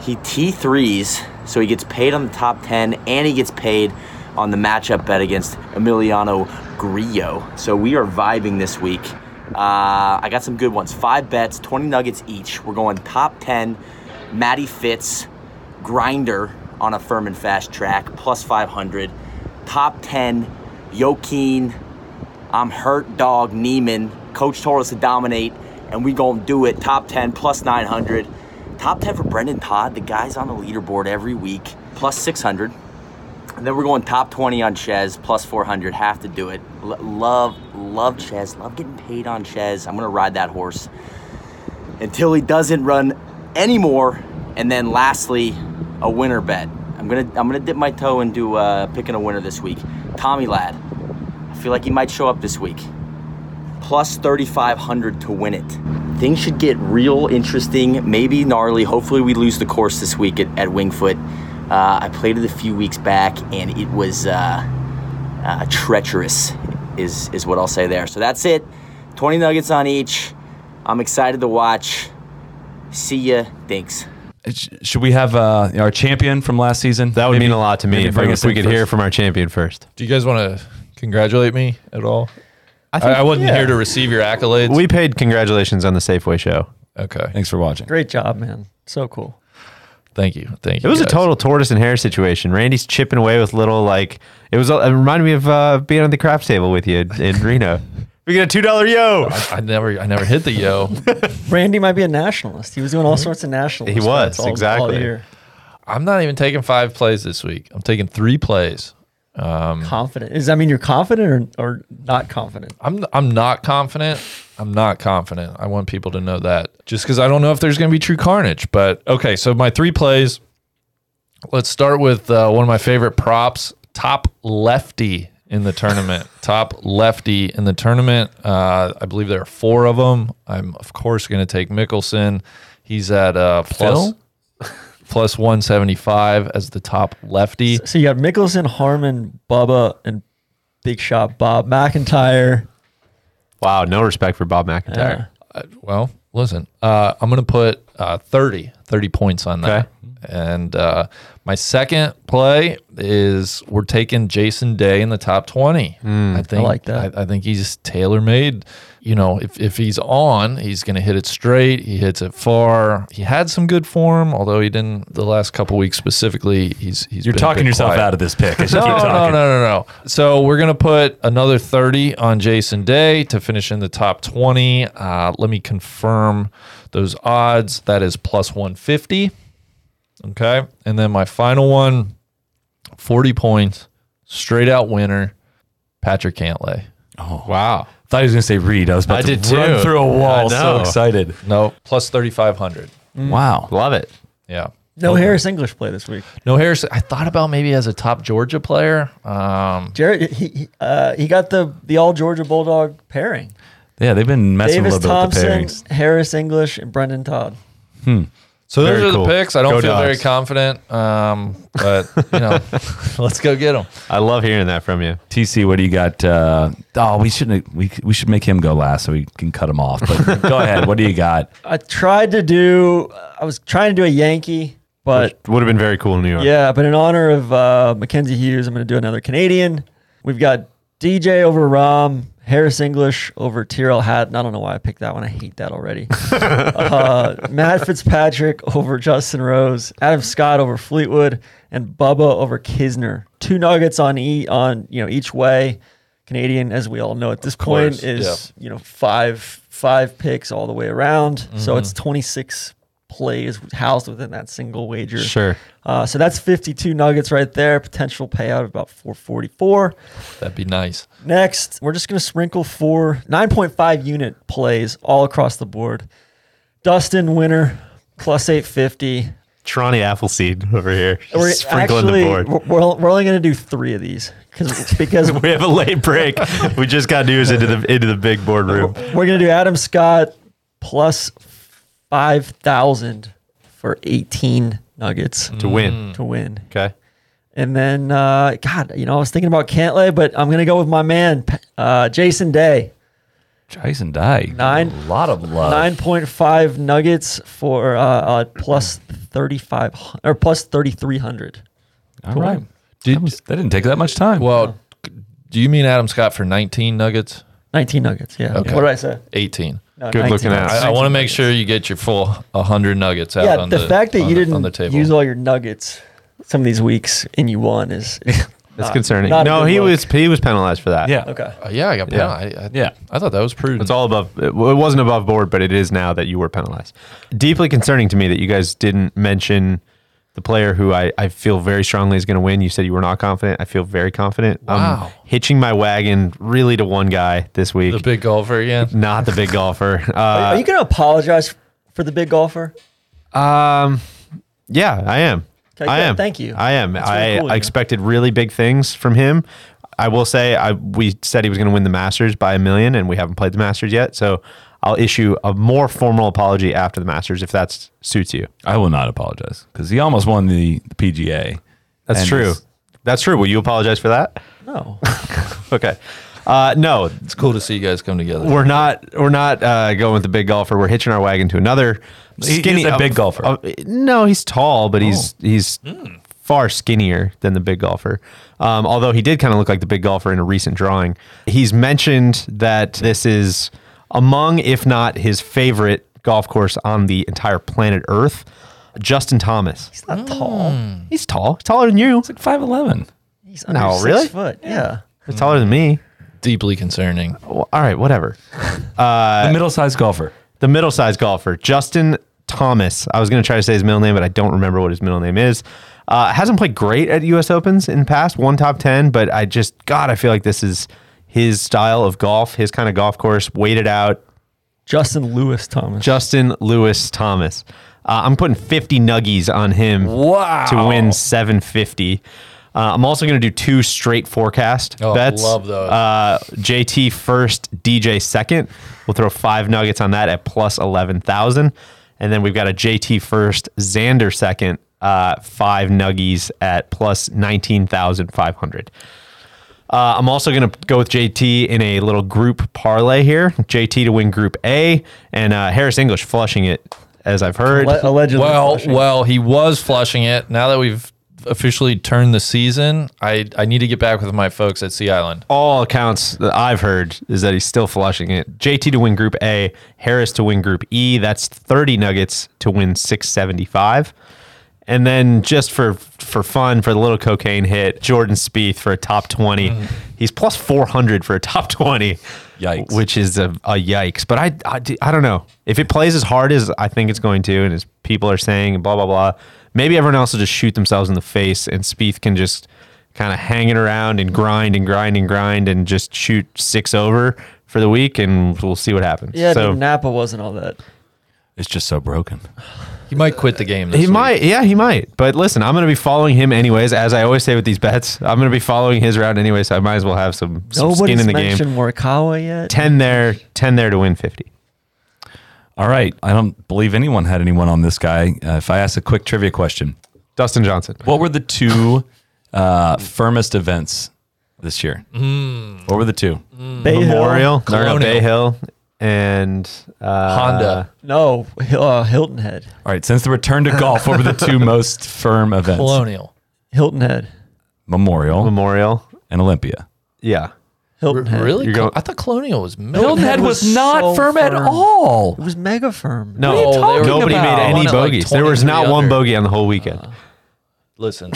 Speaker 6: He T3s, so he gets paid on the top 10 and he gets paid on the matchup bet against Emiliano Grillo. So we are vibing this week. Uh, I got some good ones. Five bets, 20 nuggets each. We're going top 10, Matty Fitz, Grinder on a firm and fast track, plus 500. Top 10, Joaquin, I'm hurt dog Neiman. Coach told us to dominate, and we gonna do it. Top 10 plus 900. Top 10 for Brendan Todd. The guy's on the leaderboard every week, plus 600. And then we're going top 20 on Chez, plus 400. Have to do it. L- love, love Chez. Love getting paid on Chez. I'm gonna ride that horse until he doesn't run anymore. And then lastly, a winner bet. I'm gonna I'm gonna dip my toe into uh, picking a winner this week. Tommy Lad. I feel like he might show up this week. Plus 3,500 to win it. Things should get real interesting, maybe gnarly. Hopefully, we lose the course this week at, at Wingfoot. Uh, I played it a few weeks back, and it was uh, uh, treacherous, is is what I'll say there. So that's it. 20 nuggets on each. I'm excited to watch. See ya. Thanks.
Speaker 2: Sh- Should we have uh, our champion from last season?
Speaker 3: That would
Speaker 2: Maybe-
Speaker 3: mean a lot to me
Speaker 2: maybe
Speaker 3: if,
Speaker 2: bring
Speaker 3: we-
Speaker 2: us
Speaker 3: if we
Speaker 2: in
Speaker 3: could
Speaker 2: first.
Speaker 3: hear from our champion first.
Speaker 5: Do you guys want to congratulate me at all? I, I wasn't here to receive your accolades.
Speaker 3: We paid congratulations on the Safeway show.
Speaker 5: okay.
Speaker 2: Thanks for watching.
Speaker 4: Great job, man. So cool.
Speaker 5: Thank you. Thank you.
Speaker 3: It was a
Speaker 5: guys.
Speaker 3: total tortoise and hare situation. Randy's chipping away with little like it was. It reminded me of uh, being on the craps table with you in, in Reno. We get a two dollar yo.
Speaker 5: I, I never, I never hit
Speaker 3: [laughs]
Speaker 5: the yo.
Speaker 4: Randy might be a nationalist. He was doing all sorts of nationalist.
Speaker 3: Mm-hmm. He was,
Speaker 4: stunts all- all
Speaker 3: exactly. Mm-hmm.
Speaker 4: year.
Speaker 5: I'm not even taking five plays this week. I'm taking three plays.
Speaker 4: confident. Does that mean you're confident or, or not confident?
Speaker 5: I'm I'm not confident. I'm not confident. I want people to know that. Just because I don't know if there's going to be true carnage. But okay, so my three plays. Let's start with uh, one of my favorite props, top lefty in the tournament. top lefty in the tournament. Uh, I believe there are four of them. I'm of course going to take Mickelson. He's at uh, plus
Speaker 2: Phil?
Speaker 5: [laughs] plus 175 as the top lefty.
Speaker 4: So you got Mickelson, Harmon, Bubba, and Big Shot Bob McIntyre. Uh,
Speaker 3: Wow, no respect for Bob McIntyre.
Speaker 5: Well, listen, uh, I'm going to put uh, 30, 30 points on that. And uh, my second play is we're taking Jason Day in the top 20.
Speaker 2: Hmm,
Speaker 5: I think
Speaker 4: like that.
Speaker 5: I, I think he's tailor made. You know, if, if he's on, he's going to hit it straight. He hits it far. He had some good form, although he didn't the last couple weeks specifically. He's, he's
Speaker 2: You're
Speaker 5: been a
Speaker 2: talking
Speaker 5: bit
Speaker 2: yourself
Speaker 5: quiet
Speaker 2: out of this pick. I should
Speaker 5: [laughs] no,
Speaker 2: keep
Speaker 5: no, no,
Speaker 2: talking.
Speaker 5: no, no. So we're gonna put another thirty on Jason Day to finish in the top twenty. Uh, let me confirm those odds. That is plus one fifty. Okay, and then my final one, 40 points, straight out winner, Patrick Cantlay.
Speaker 3: Wow,
Speaker 2: thought he was going to say Reed. I was about
Speaker 3: I
Speaker 2: to
Speaker 3: did
Speaker 2: run
Speaker 3: too.
Speaker 2: through a wall.
Speaker 3: I
Speaker 2: So
Speaker 3: know.
Speaker 2: excited.
Speaker 5: No, plus thirty five hundred.
Speaker 2: Wow.
Speaker 3: love it.
Speaker 5: Yeah.
Speaker 4: No Harris English play this week.
Speaker 5: No Harris. I thought about maybe as a top Georgia player. Um,
Speaker 4: Jared, he he, uh, he got the the all Georgia Bulldog pairing.
Speaker 2: Yeah, they've been messing a
Speaker 4: Davis
Speaker 2: little bit
Speaker 4: Thompson,
Speaker 2: with the pairings.
Speaker 4: Harris English, and Brendan Todd.
Speaker 5: so those
Speaker 3: Very
Speaker 5: are
Speaker 3: cool.
Speaker 5: the picks. I don't
Speaker 3: Go
Speaker 5: feel very
Speaker 3: Dogs.
Speaker 5: confident, um, but
Speaker 3: [laughs]
Speaker 5: you know, [laughs] let's go get them.
Speaker 3: I love hearing that from you.
Speaker 2: TC, what do you got? Uh, oh, we shouldn't. We, we should make him go last so we can cut him off. But go ahead. What do you got?
Speaker 4: I tried to do. I was trying to do a Yankee, but
Speaker 3: Would have been very cool in New York.
Speaker 4: Yeah, but in honor of uh, Mackenzie Hughes, I'm going to do another Canadian. We've got DJ over Rom, Harris English over Tyrell Hatton. I don't know why I picked that one. I hate that already. uh, Matt Fitzpatrick over Justin Rose, Adam Scott over Fleetwood, and Bubba over Kisner. Two nuggets on e on you know each way. Canadian, as we all know at this
Speaker 5: course,
Speaker 4: point, is you know five five picks all the way around. So it's 26 plays housed within that single wager.
Speaker 3: Sure.
Speaker 4: Uh, so that's 52 nuggets right there. Potential payout of about 444.
Speaker 5: That'd be nice.
Speaker 4: Next, we're just going to sprinkle four 9.5 unit plays all across the board. Dustin winner plus 850.
Speaker 3: Tronny Appleseed over here,
Speaker 4: We're
Speaker 3: sprinkling
Speaker 4: actually
Speaker 3: the board.
Speaker 4: we're, we're we're only going to do three of these because [laughs] because
Speaker 3: we have a late break.
Speaker 5: [laughs]
Speaker 3: we just got news into the into the big board room.
Speaker 4: we're going to do Adam Scott plus 5,000 for 18 nuggets
Speaker 3: to win.
Speaker 4: to
Speaker 5: Mm.
Speaker 4: win.
Speaker 3: Okay.
Speaker 4: And then, uh, God, you know, I was thinking about Cantlay, but I'm going to go with my man, uh, Jason Day.
Speaker 2: Jason Dyke.
Speaker 4: Nine.
Speaker 2: A lot of love.
Speaker 4: 9.5 nuggets for uh, uh, plus 3,500 or plus 3,300.
Speaker 2: All right. that, was- that didn't take that much time.
Speaker 5: Well, do you mean Adam Scott for 19 nuggets?
Speaker 4: 19 nuggets. Yeah.
Speaker 5: Okay.
Speaker 4: What did I say?
Speaker 5: 18.
Speaker 4: No,
Speaker 3: Good
Speaker 4: 19
Speaker 3: looking
Speaker 4: nuggets.
Speaker 5: I,
Speaker 3: out.
Speaker 5: I want to make sure you get your full 100 nuggets out
Speaker 4: Yeah.
Speaker 5: on
Speaker 4: The,
Speaker 5: the,
Speaker 4: fact that
Speaker 5: on
Speaker 4: you
Speaker 5: the-
Speaker 4: didn't
Speaker 5: on the table.
Speaker 4: use all your nuggets some of these weeks and you won is.
Speaker 3: [laughs] That's
Speaker 4: not-
Speaker 3: concerning.
Speaker 4: not a
Speaker 3: No,
Speaker 4: good
Speaker 3: he
Speaker 4: look.
Speaker 3: was he was penalized for that.
Speaker 2: yeah.
Speaker 4: Okay.
Speaker 5: Uh, yeah, I got
Speaker 3: Yeah.
Speaker 5: penalized. I, I,
Speaker 2: Yeah.
Speaker 5: I thought that was prudent.
Speaker 3: It's all above. It well, it wasn't above board, but it is now that you were penalized. Deeply concerning to me that you guys didn't mention the player who I, I feel very strongly is going to win. You said you were not confident. I feel very confident.
Speaker 5: Wow.
Speaker 3: I'm hitching my wagon really to one guy this week,
Speaker 5: the big golfer again.
Speaker 3: not the big
Speaker 4: [laughs]
Speaker 3: golfer.
Speaker 4: Are
Speaker 3: Uh,
Speaker 4: you going to apologize for the big golfer?
Speaker 3: um, yeah, I am.
Speaker 4: Okay,
Speaker 3: I
Speaker 4: good.
Speaker 3: am.
Speaker 4: Thank you.
Speaker 3: I am.
Speaker 4: That's really
Speaker 3: I,
Speaker 4: cool of
Speaker 3: I
Speaker 4: you.
Speaker 3: expected really big things from him. I will say I we said he was going to win the Masters by a million, and we haven't played the Masters yet. So I'll issue a more formal apology after the Masters if that suits you.
Speaker 2: I will not apologize because he almost won the, the PGA.
Speaker 3: That's
Speaker 2: And
Speaker 3: true.
Speaker 2: it's-
Speaker 3: That's true. Will you apologize for that?
Speaker 4: No.
Speaker 3: [laughs] Okay. Uh, no,
Speaker 5: It's cool to see you guys come together.
Speaker 3: we're not. We're not uh, going with the big golfer. We're hitching our wagon to another
Speaker 2: He- he's
Speaker 3: skinny.
Speaker 2: a
Speaker 3: uh,
Speaker 2: big golfer. Oh. Hmm.
Speaker 3: uh, no, he's tall, but he's he's far skinnier than the big golfer. Um, although he did kind of look like the big golfer in a recent drawing. He's mentioned that this is among, if not his favorite golf course on the entire planet Earth. Justin Thomas.
Speaker 4: He's not tall.
Speaker 2: Hmm.
Speaker 3: He's tall. He's taller than you.
Speaker 2: It's like five eleven.
Speaker 4: He's under
Speaker 3: No,
Speaker 4: six
Speaker 3: really?
Speaker 4: foot. Yeah.
Speaker 2: Hmm.
Speaker 3: He's taller than me.
Speaker 5: Deeply concerning.
Speaker 3: Well, all right, whatever.
Speaker 2: a middle sized golfer.
Speaker 3: the middle sized golfer, Justin Thomas. I was going to try to say his middle name, but I don't remember what his middle name is. Uh, hasn't played great at U.S. Opens in the past, one top 10, but I just, God, I feel like this is his style of golf, his kind of golf course, weighted out.
Speaker 4: Justin Lewis Thomas.
Speaker 3: Justin Lewis Thomas. Uh, I'm putting 50 nuggies on him
Speaker 2: Wow.
Speaker 3: to win 750. Uh, I'm also going to do two straight forecast
Speaker 5: Oh,
Speaker 3: bets.
Speaker 5: love those.
Speaker 3: Uh, JT first, DJ second. We'll throw five nuggets on that at plus 11,000. And then we've got a JT first, Xander second, uh, five nuggies at plus 19,500. Uh, I'm also going to go with JT in a little group parlay here. JT to win Group A and uh, Harris English flushing it, as I've heard.
Speaker 4: [laughs] Le- allegedly.
Speaker 5: Well,
Speaker 4: Flushing.
Speaker 5: well, he was flushing it. Now that we've officially turned the season, I, I need to get back with my folks at Sea Island.
Speaker 3: all accounts that I've heard is that he's still flushing it. JT to win Group A, Harris to win Group E. That's 30 Nuggets to win 675. And then just for for fun, for the little cocaine hit, Jordan Spieth for a top 20. He's plus 400 for a top 20.
Speaker 2: Yikes.
Speaker 3: Which is a, a yikes. But I, I, do- I don't know. If it plays as hard as I think it's going to, and as people are saying, and blah, blah, blah, maybe everyone else will just shoot themselves in the face and Spieth can just kind of hang it around and grind and grind and grind and just shoot six over for the week and we'll see what happens.
Speaker 4: yeah,
Speaker 3: So-
Speaker 4: dude, Napa wasn't all that.
Speaker 2: It's just so broken.
Speaker 5: He might quit the game. This
Speaker 3: He
Speaker 5: week.
Speaker 3: might, yeah, he might. But listen, I'm going to be following him anyways. As I always say with these bets, I'm going to be following his round anyway, so I might as well have some, some skin
Speaker 4: Nobody's
Speaker 3: in the game.
Speaker 4: mentioned Morikawa yet.
Speaker 3: Ten there, ten there to win fifty.
Speaker 2: All right. I don't believe anyone had anyone on this guy. Uh, if I ask a quick trivia question,
Speaker 3: Dustin Johnson.
Speaker 2: what were the two uh, firmest events this year?
Speaker 4: Hmm.
Speaker 2: What were the two?
Speaker 4: Bay Hill.
Speaker 3: Memorial, no, no,
Speaker 5: Colonial.
Speaker 3: Bay Hill, and uh,
Speaker 5: Honda.
Speaker 4: No, Hil- uh, Hilton Head.
Speaker 2: All right. Since the return to golf, what were the
Speaker 4: [laughs]
Speaker 2: two most firm events?
Speaker 5: Colonial.
Speaker 4: Hilton Head.
Speaker 2: Memorial
Speaker 3: Memorial.
Speaker 2: and Olympia.
Speaker 3: Yeah,
Speaker 4: Hilton Head.
Speaker 5: really?
Speaker 3: You're going-
Speaker 5: I thought Colonial was
Speaker 2: Hilton
Speaker 5: Milton.
Speaker 2: Head
Speaker 4: Hilton
Speaker 2: was,
Speaker 4: was
Speaker 2: not
Speaker 4: so
Speaker 2: firm, at
Speaker 4: firm. [laughs]
Speaker 2: all.
Speaker 4: It was mega firm.
Speaker 5: What are
Speaker 3: no,
Speaker 5: you talking
Speaker 3: nobody
Speaker 5: about?
Speaker 3: made
Speaker 5: Won
Speaker 3: any
Speaker 5: at, like,
Speaker 3: bogeys. there was
Speaker 5: 23
Speaker 3: not one
Speaker 5: under.
Speaker 3: bogey on the whole weekend.
Speaker 2: Uh,
Speaker 5: Listen,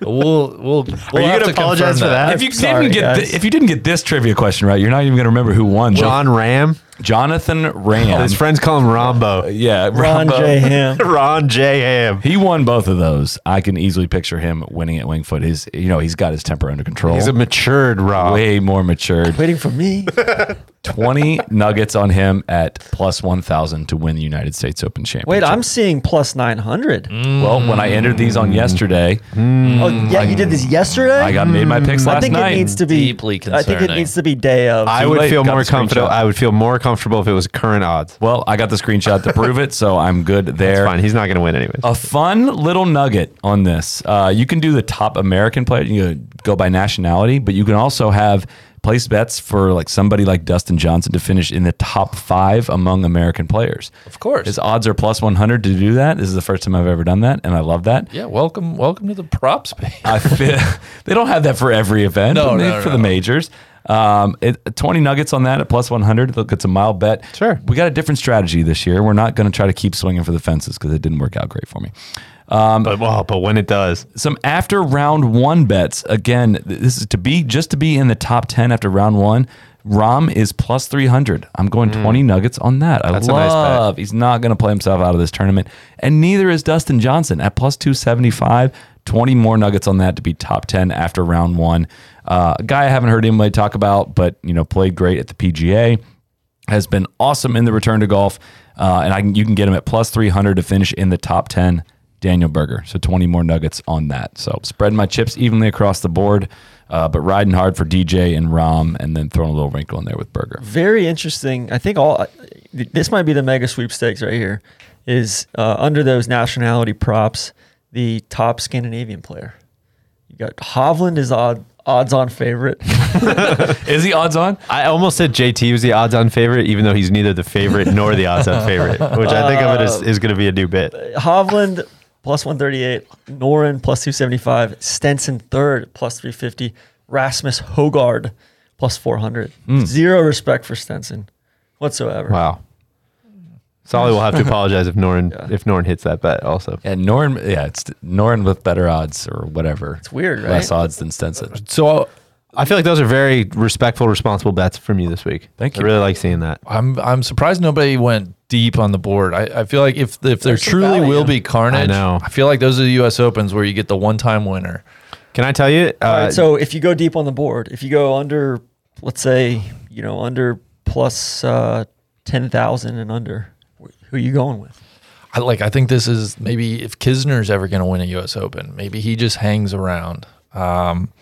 Speaker 5: we'll we'll. we'll
Speaker 3: you
Speaker 5: have
Speaker 3: gonna
Speaker 5: to
Speaker 3: apologize
Speaker 5: confirm
Speaker 3: for that?
Speaker 2: if you
Speaker 4: sorry,
Speaker 2: didn't get
Speaker 4: guys.
Speaker 2: thi- if you didn't get this trivia question right, you're not even going to remember who won.
Speaker 3: John Ram,
Speaker 2: Jonathan Ram.
Speaker 3: his friends call him
Speaker 2: [laughs]
Speaker 3: Rombo.
Speaker 2: yeah,
Speaker 4: Ron
Speaker 2: Rambo.
Speaker 3: [laughs]
Speaker 4: J. Ham.
Speaker 3: Ron J. Ham.
Speaker 2: He won both of those. I can easily picture him winning at Wingfoot. He's you know he's got his temper under control.
Speaker 3: He's a matured Rob.
Speaker 2: way more matured. [laughs]
Speaker 4: Waiting for me.
Speaker 2: Twenty nuggets on him at plus one thousand to win the United States Open Championship.
Speaker 4: Wait, I'm seeing plus 900.
Speaker 2: well. When I entered these
Speaker 4: Hmm.
Speaker 2: on yesterday,
Speaker 4: Oh, yeah, you did this yesterday?
Speaker 2: I got made my picks
Speaker 4: I
Speaker 2: last
Speaker 4: think
Speaker 2: night.
Speaker 4: it needs to be
Speaker 5: Deeply
Speaker 4: I think it
Speaker 5: concerning.
Speaker 4: needs to be day of.
Speaker 3: I
Speaker 2: Too
Speaker 3: would
Speaker 2: late,
Speaker 3: feel
Speaker 2: got
Speaker 3: more
Speaker 2: the screenshot.
Speaker 3: comfortable. I would feel more comfortable if it was current odds.
Speaker 2: well, I got the screenshot to prove it, so I'm
Speaker 4: [laughs]
Speaker 2: good there.
Speaker 3: Fine, he's not going to win anyways.
Speaker 2: A fun little nugget on this. Uh, you can do the top American player. You can go by nationality, but you can also have place bets for like somebody like Dustin Johnson to finish in the top five among American players.
Speaker 5: Of course.
Speaker 2: His odds are plus 100 to do that. This is the first time I've ever done that, and I love that.
Speaker 5: yeah, welcome, welcome to the prop space.
Speaker 2: I
Speaker 5: [laughs]
Speaker 2: feel, [laughs] they don't have that for every event,
Speaker 5: No,
Speaker 2: but maybe
Speaker 5: no,
Speaker 2: for
Speaker 5: no.
Speaker 2: the majors. Um, it, 20 nuggets on that at plus 100. Look, it's a mild bet.
Speaker 3: Sure.
Speaker 2: We got a different strategy this year. We're not going to try to keep swinging for the fences because it didn't work out great for me. Um,
Speaker 3: but well, but when it does,
Speaker 2: some after round one bets. Again, th- this is to be just to be in the top ten after round one. Rom is plus three hundred. I'm going twenty nuggets on that. I
Speaker 3: Mm. a nice bet.
Speaker 2: love. He's not going to play himself out of this tournament, and neither is Dustin Johnson at plus two seventy five. Twenty more nuggets on that to be top ten after round one. Uh, a guy I haven't heard anybody talk about, but you know played great at the PGA has been awesome in the return to golf, uh, and I can, you can get him at plus three hundred to finish in the top ten Daniel Berger. So 20 more nuggets on that. So spreading my chips evenly across the board, uh, but riding hard for DJ and Rom, and then throwing a little wrinkle in there with Berger.
Speaker 4: Very interesting. I think all this might be the mega sweepstakes right here. Is uh, under those nationality props the top Scandinavian player? You got Hovland is odd, odds on favorite. [laughs]
Speaker 2: Is he odds on?
Speaker 3: I almost said JT was the odds-on favorite, even though he's neither the favorite nor the odds-on favorite, which I think of it
Speaker 2: Uh,
Speaker 3: as is going to be a new bit.
Speaker 4: Hovland plus 138, Norin plus 275, Stenson third plus 350, Rasmus Hogard plus 400. Zero respect for Stenson whatsoever.
Speaker 3: Wow. Solly will have
Speaker 4: [laughs]
Speaker 3: to apologize if Norin if Norin hits that bet. Also,
Speaker 2: Yeah, Norn. Yeah, it's Norn with better odds or whatever. It's
Speaker 4: weird, right?
Speaker 2: Less odds than Stenson.
Speaker 5: So
Speaker 3: I feel like those are very respectful, responsible bets from you this week.
Speaker 2: Thank
Speaker 3: I
Speaker 2: you.
Speaker 3: really like seeing that.
Speaker 5: I'm I'm surprised nobody went deep on the board. I, I feel like if if there
Speaker 4: There's some
Speaker 5: truly
Speaker 4: value.
Speaker 5: will be carnage,
Speaker 3: I know.
Speaker 5: feel like those are the U.S. Opens where you get the one time winner.
Speaker 3: Can I tell you? Uh,
Speaker 4: All right, so if you go deep on the board, if you go under, let's say, you know, under plus uh, 10,000 and under, who are you going with?
Speaker 5: I like. I think this is maybe if Kisner's ever going to win a U.S. Open, maybe he just hangs around. Um,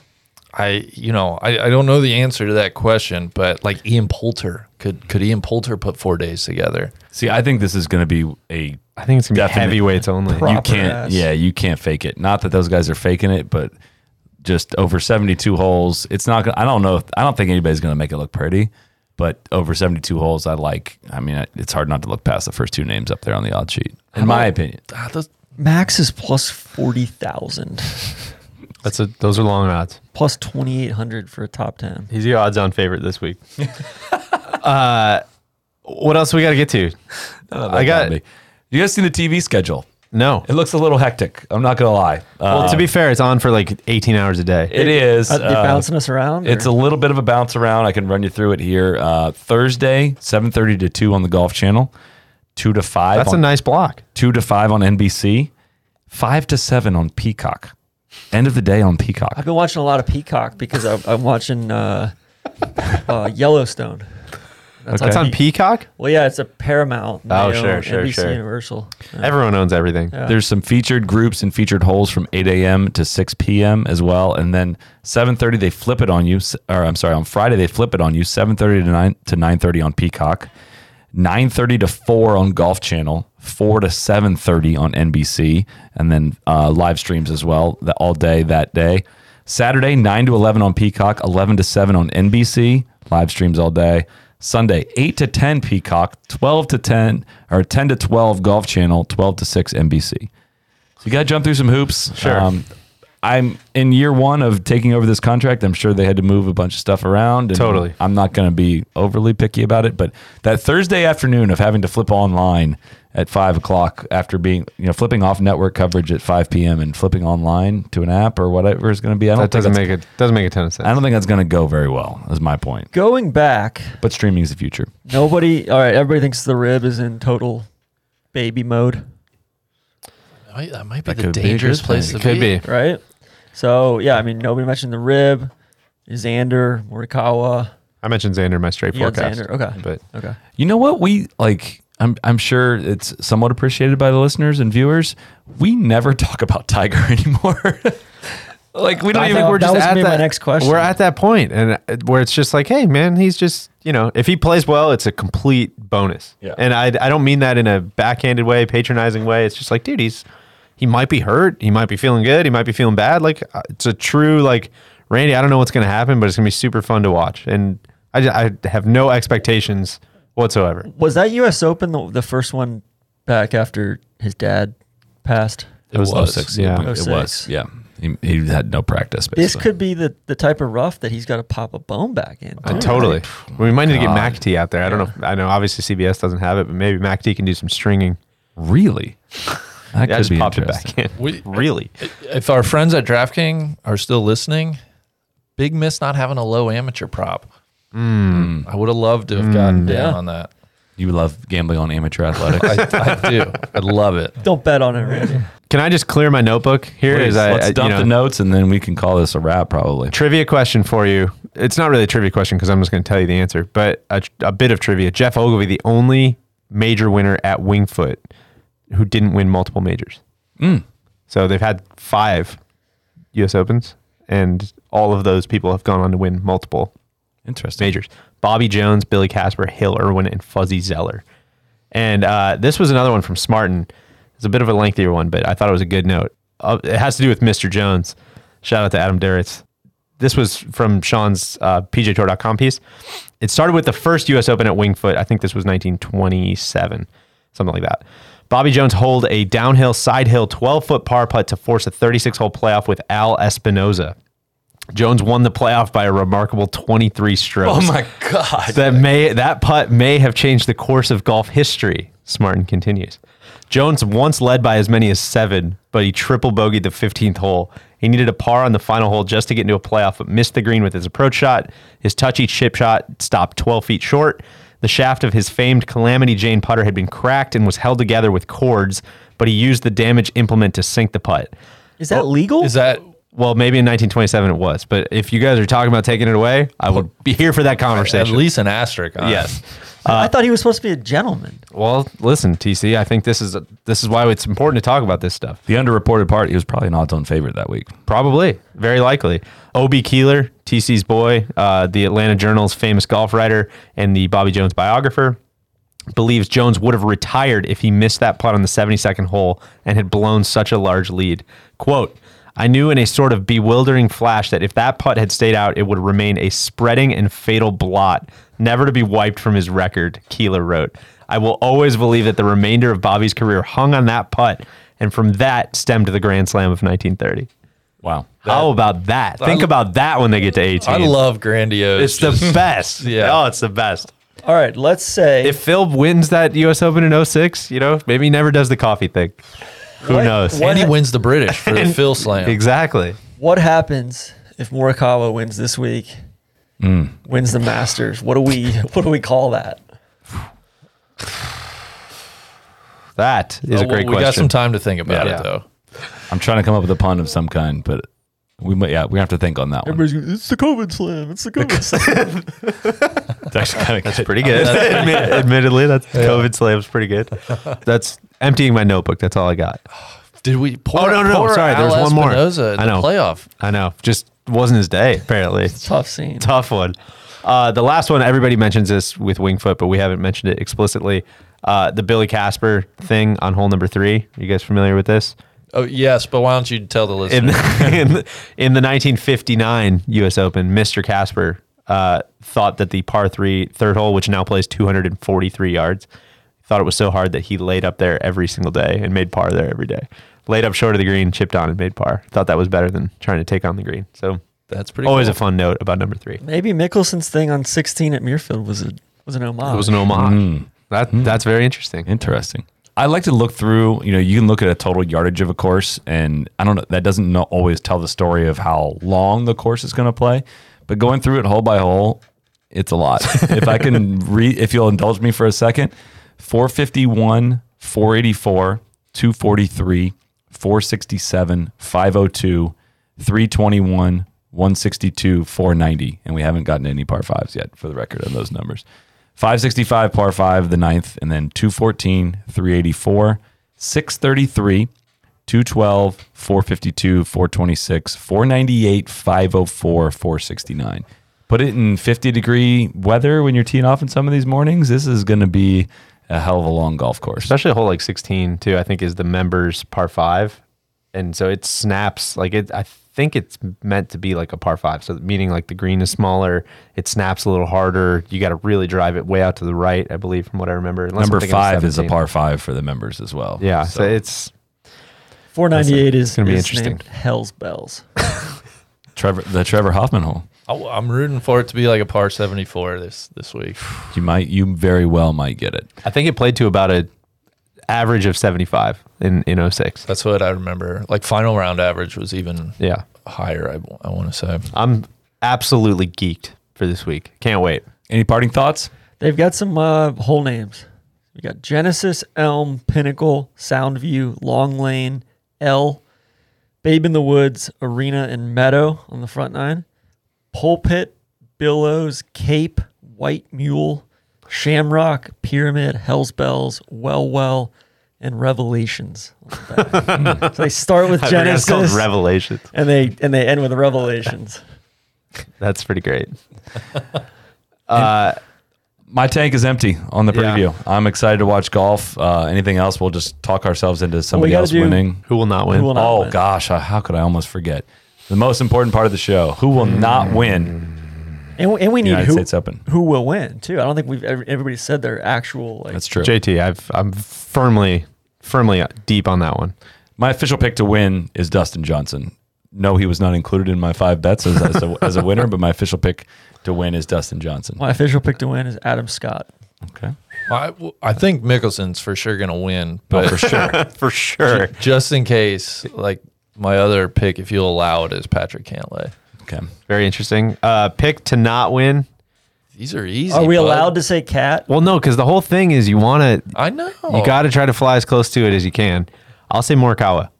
Speaker 5: I you know I, I don't know the answer to that question, but like Ian Poulter could could Ian Poulter put four days together?
Speaker 2: See, I think this is going to be a
Speaker 3: I think it's gonna
Speaker 2: Definite-
Speaker 3: be heavyweights only.
Speaker 4: Pro-
Speaker 2: you
Speaker 4: proper
Speaker 2: can't
Speaker 4: ass.
Speaker 2: yeah you can't fake it not that those guys are faking it but just over 72 holes it's not gonna i don't know if, i don't think anybody's gonna make it look pretty but over 72 holes i like i mean I- it's hard not to look past the first two names up there on the odd sheet in my opinion
Speaker 5: Ah, those-
Speaker 4: Max is plus 40,000,
Speaker 3: That's a, those are long odds.
Speaker 4: plus 2,800 for a top 10.
Speaker 3: He's your odds-on favorite this
Speaker 4: [laughs]
Speaker 3: week. uh, what else we got to get to? I got
Speaker 2: Probably. you guys seen the tv schedule
Speaker 3: no.
Speaker 2: it looks a little hectic i'm not gonna lie uh,
Speaker 3: Well, to be fair, it's on for like 18 hours a day.
Speaker 2: it is
Speaker 4: Uh, they're
Speaker 2: uh,
Speaker 4: bouncing us around?
Speaker 2: It's a
Speaker 4: or-
Speaker 2: little bit of a bounce around. I can run you through it here. Uh, Thursday, seven thirty to two on the Golf Channel, two to five.
Speaker 3: That's a
Speaker 2: on-
Speaker 3: nice block.
Speaker 2: two to five on NBC, five to seven on Peacock. End of the day on Peacock.
Speaker 4: I've been watching a lot of Peacock because I'm, I'm watching uh, [laughs] uh, Yellowstone.
Speaker 3: That's on
Speaker 4: Pe-
Speaker 3: Peacock.
Speaker 4: Well, yeah, it's a Paramount. and
Speaker 3: Oh,
Speaker 4: they
Speaker 3: sure,
Speaker 4: own
Speaker 3: sure,
Speaker 4: NBC
Speaker 3: sure.
Speaker 4: Universal.
Speaker 3: Everyone owns everything.
Speaker 2: There's some featured groups and featured holes from 8 a.m. to 6 p.m. as well, and then 7:30 they flip it on you. s- Or I'm sorry, on Friday they flip it on you. 7:30 to 9 to 9:30 on Peacock, 9:30 to 4 on Golf Channel, 4 to 7:30 on NBC, and then uh, live streams as well the, all day that day. Saturday 9 to 11 on Peacock, 11 to 7 on NBC, live streams all day. Sunday 8 to 10 Peacock, 12 to 10 or 10 to 12 Golf Channel, 12 to 6 NBC. So you got to jump through some hoops. Sure. I'm in year one of taking over this contract. I'm sure they had to move a bunch of stuff around. and
Speaker 3: Totally.
Speaker 2: I'm not going to be overly picky about it, but that Thursday afternoon of having to flip online at five o'clock after being, you know, flipping off network coverage at 5 p.m. and flipping online to an app or whatever is going to be. I don't
Speaker 3: That
Speaker 2: think
Speaker 3: doesn't
Speaker 2: that's-
Speaker 3: make it doesn't make a ton of
Speaker 2: I
Speaker 3: sense.
Speaker 2: don't think that's going to go very well. Is my point.
Speaker 4: Going back,
Speaker 2: But streaming is the future.
Speaker 4: nobody. All right, everybody thinks the rib is in total baby mode,
Speaker 5: might- that might be
Speaker 2: That
Speaker 5: the
Speaker 2: could be a
Speaker 5: dangerous
Speaker 2: good
Speaker 5: place
Speaker 2: thing.
Speaker 5: to
Speaker 3: Could be.
Speaker 4: right? So yeah, I mean, nobody mentioned the rib. Xander, Morikawa,
Speaker 3: I mentioned Xander in my straight
Speaker 4: You got
Speaker 3: forecast.
Speaker 4: Xander, okay.
Speaker 3: But
Speaker 4: okay,
Speaker 2: You know what we like. I'm I'm sure it's somewhat appreciated by the listeners and viewers. We never [laughs] talk about Tiger anymore. like we don't
Speaker 4: I
Speaker 2: even.
Speaker 4: thought
Speaker 2: we're
Speaker 4: that
Speaker 2: just
Speaker 4: was
Speaker 2: at
Speaker 4: gonna be my
Speaker 2: that-
Speaker 4: next question.
Speaker 3: We're at that point, and uh, where it's just like, hey, man, he's just you know, if he plays well, it's a complete bonus.
Speaker 2: Yeah.
Speaker 3: And I, I don't mean that in a backhanded way, patronizing way. It's just like, dude, he's he might be hurt, he might be feeling good, he might be feeling bad. Like uh, it's a true like, Randy, I don't know what's gonna happen, but it's gonna be super fun to watch, and I ju- I have no expectations whatsoever.
Speaker 4: was that U.S. Open the, the first one back after his dad passed?
Speaker 2: It [laughs] was,
Speaker 5: was,
Speaker 2: 06,
Speaker 3: yeah.
Speaker 2: It, it was.
Speaker 4: 06.
Speaker 2: Yeah. He, he had no practice. Basically.
Speaker 4: This could be the, the type of rough that he's got to pop a bone back in.
Speaker 3: Uh, totally. We might need to get McAtee out there. I don't know. If, I know obviously CBS doesn't have it, but maybe McAtee can do some stringing. [laughs]
Speaker 2: really. That
Speaker 3: Yeah, I
Speaker 2: could
Speaker 3: just
Speaker 2: be
Speaker 3: popped it
Speaker 2: interesting.
Speaker 3: back in. [laughs]
Speaker 5: We-
Speaker 3: really?
Speaker 5: If our friends at DraftKings are still listening, big miss not having a low amateur prop.
Speaker 2: Hmm.
Speaker 5: I would have loved to have gotten down
Speaker 4: Yeah.
Speaker 5: on that.
Speaker 2: You love gambling on amateur athletics.
Speaker 5: I,
Speaker 2: [laughs]
Speaker 5: I do. I love it.
Speaker 4: Don't bet on it, Randy.
Speaker 3: Can I just clear my notebook here?
Speaker 2: Please,
Speaker 3: as I-
Speaker 2: let's
Speaker 3: I- you
Speaker 2: dump
Speaker 3: know,
Speaker 2: the notes and then we can call this a wrap. Probably.
Speaker 3: Trivia question for you. It's not really a trivia question because I'm just going to tell you the answer, but a, tr- a bit of trivia. Jeff Ogilvy, the only major winner at Wingfoot who didn't win multiple majors.
Speaker 2: Hmm.
Speaker 3: So they've had five U.S. Opens, and all of those people have gone on to win multiple
Speaker 2: Interesting.
Speaker 3: majors. Bobby Jones, Billy Casper, Hill Irwin, and Fuzzy Zeller. And uh, this was another one from Smartin. It's a bit of a lengthier one, but I thought it was a good note. Uh, it has to do with Mr. Jones. Shout out to Adam Duritz. This was from Sean's uh, PJTour.com piece. It started with the first U.S. Open at Wingfoot. I think this was 1927, something like that. Bobby Jones holed a downhill, side hill, 12 foot par putt to force a 36 hole playoff with Al Espinoza. Jones won the playoff by a remarkable 23 strokes.
Speaker 5: Oh my god!
Speaker 3: That may that putt may have changed the course of golf history. Smartin continues. Jones once led by as many as seven, but he triple bogeyed the 15th hole. He needed a par on the final hole just to get into a playoff, but missed the green with his approach shot. His touchy chip shot stopped 12 feet short. The shaft of his famed Calamity Jane putter had been cracked and was held together with cords, but he used the damage implement to sink the putt.
Speaker 4: Is that legal?
Speaker 5: Is that
Speaker 3: Well, maybe in 1927 it was, but if you guys are talking about taking it away, I would be here for that
Speaker 5: at
Speaker 3: conversation.
Speaker 5: least an asterisk? On it.
Speaker 3: yes.
Speaker 4: I thought he was supposed to be a gentleman.
Speaker 3: Well, listen, TC. I think this is this is why it's important to talk about this stuff.
Speaker 2: The underreported part, he was probably an odds-on favorite that week.
Speaker 3: Probably, very likely. Ob Keeler, TC's boy, uh, the Atlanta Journal's famous golf writer and the Bobby Jones biographer, believes Jones would have retired if he missed that putt on the 72nd hole and had blown such a large lead. Quote. I knew in a sort of bewildering flash that if that putt had stayed out, it would remain a spreading and fatal blot, never to be wiped from his record, Keeler wrote. I will always believe that the remainder of Bobby's career hung on that putt, and from that stemmed the Grand Slam of 1930.
Speaker 2: Wow.
Speaker 3: How about that? Think
Speaker 5: I-
Speaker 3: about that when they get to 18.
Speaker 5: I love grandiose.
Speaker 3: it's the [laughs]
Speaker 5: [laughs]
Speaker 3: best.
Speaker 5: Yeah.
Speaker 3: Oh, it's the best.
Speaker 4: All right, let's say
Speaker 3: If Phil wins that US Open in 06, you know, maybe he never does the coffee thing. Who
Speaker 4: What-
Speaker 3: knows?
Speaker 5: and he wins the British for the Phil Slam.
Speaker 3: Exactly.
Speaker 4: what happens if Morikawa wins this week,
Speaker 3: Mm.
Speaker 4: wins the Masters. What do we [laughs] what do we call that?
Speaker 3: That is
Speaker 5: Oh,
Speaker 3: a great
Speaker 5: well, we
Speaker 3: question.
Speaker 5: got some time [laughs] to think about
Speaker 3: Yeah.
Speaker 5: it though.
Speaker 2: I'm trying to come up with a pun of some kind, but we might, yeah, we have to think on that one.
Speaker 4: It's the COVID slam. It's the [laughs] COVID slam.
Speaker 2: That's kind of
Speaker 3: Pretty good. [laughs] Admit- Admittedly, that's COVID slams pretty good. That's emptying my notebook. That's all I got.
Speaker 5: Did we? Pour,
Speaker 3: Oh, no, no,
Speaker 5: pour
Speaker 3: sorry, there's
Speaker 5: Al
Speaker 3: one more.
Speaker 5: Espinoza in
Speaker 3: I know.
Speaker 5: The playoff.
Speaker 3: I know. Just wasn't his day, apparently.
Speaker 4: Tough scene.
Speaker 3: tough one. Uh, the last one, everybody mentions this with Wingfoot, but we haven't mentioned it explicitly. Uh, the Billy Casper thing on hole number three. you guys familiar with this?
Speaker 5: Oh yes, but why don't you tell the listener?
Speaker 3: In,
Speaker 5: [laughs]
Speaker 3: in, in the 1959 U.S. Open, Mr. Casper uh, thought that the par three third hole, which now plays 243 yards, thought it was so hard that he laid up there every single day and made par there every day. Laid up short of the green, chipped on and made par. Thought that was better than trying to take on the green. So
Speaker 5: That's pretty.
Speaker 3: always
Speaker 5: cool.
Speaker 3: a fun note about number three.
Speaker 4: Maybe Mickelson's thing on 16 at Muirfield was a was an homage.
Speaker 3: It was an homage. That that's very interesting.
Speaker 2: Interesting. I like to look through, you know, you can look at a total yardage of a course, and I don't know, that doesn't not always tell the story of how long the course is going to play, but going through it hole by hole, it's a lot. if I can read, if you'll indulge me for a second, 451, 484, 243, 467, 502, 321, 162, 490. And we haven't gotten any par fives yet for the record on those numbers. 565 par 5 the ninth and then 214 384 633 212 452 426 498 504 469 put it in 50 degree weather when you're teeing off in some of these mornings this is going to be a hell of a long golf course
Speaker 3: Especially hole like 16 too. I think is the members par five, and so it snaps like it. I think it's meant to be like a par five, so meaning like the green is smaller. It snaps a little harder. You got to really drive it way out to the right, I believe, from what I remember. unless I'm
Speaker 2: number
Speaker 3: thinking of
Speaker 2: 5 is a
Speaker 3: 17.
Speaker 2: par 5 for the members as well
Speaker 3: Yeah, so, it's
Speaker 4: 498 is
Speaker 3: gonna be
Speaker 4: is
Speaker 3: interesting.
Speaker 4: named Hell's bells.
Speaker 2: Trevor the Trevor Hoffman hole
Speaker 5: I- I'm rooting for it to be like a par 74 this this week.
Speaker 2: you might you very well might get it
Speaker 3: I think it played to about a average of 75 in oh in 06.
Speaker 5: That's what I remember. Like final round average was even
Speaker 3: Yeah,
Speaker 5: higher. I, I want to say.
Speaker 3: I'm absolutely geeked for this week. Can't wait.
Speaker 2: any parting thoughts
Speaker 4: They've got some uh, whole names. We got Genesis, Elm, Pinnacle, Soundview, Long Lane, L, Babe in the Woods, Arena, and Meadow on the front nine. Pulpit, Billows, Cape, White Mule, Shamrock, Pyramid, Hell's Bells, Well Well, and Revelations. [laughs] on the back. so they start with
Speaker 3: I forgot it's called
Speaker 4: Genesis,
Speaker 3: Revelations.
Speaker 4: and they and they end with Revelations.
Speaker 3: That's pretty great. Uh,
Speaker 2: My tank is empty on the
Speaker 3: Yeah.
Speaker 2: preview. I'm excited to watch golf. Uh, anything else, we'll just talk ourselves into somebody
Speaker 4: gotta
Speaker 2: else
Speaker 4: do-
Speaker 2: winning.
Speaker 3: Who will not win?
Speaker 4: Who will not-
Speaker 2: oh
Speaker 4: win?
Speaker 2: gosh, uh, how could I almost forget? The most important part of the show: who will not win?
Speaker 4: And, we- and we need
Speaker 2: United
Speaker 4: who,
Speaker 2: States Open.
Speaker 4: who will win too. I don't think we've every- everybody said their actual like
Speaker 2: That's true.
Speaker 3: JT, I've, I'm firmly, firmly deep on that one.
Speaker 2: My official pick to win is Dustin Johnson. No, he was not included in my five bets as, as, a, as a winner, but my official pick to win is Dustin Johnson.
Speaker 4: my official pick to win is Adam Scott.
Speaker 2: Okay,
Speaker 5: I, I think Mickelson's for sure going to win, but
Speaker 2: for sure.
Speaker 3: Oh, For sure.
Speaker 5: [laughs] just in case, like my other pick, if you'll allow it, is Patrick Cantlay.
Speaker 2: Okay,
Speaker 3: Very interesting. Uh, pick to not win.
Speaker 5: These are easy.
Speaker 4: Are we
Speaker 5: bud.
Speaker 4: allowed to say cat?
Speaker 3: Well, no, because the whole thing is you want to,
Speaker 5: I know.
Speaker 3: you got to try to fly as close to it as you can. I'll say Morikawa,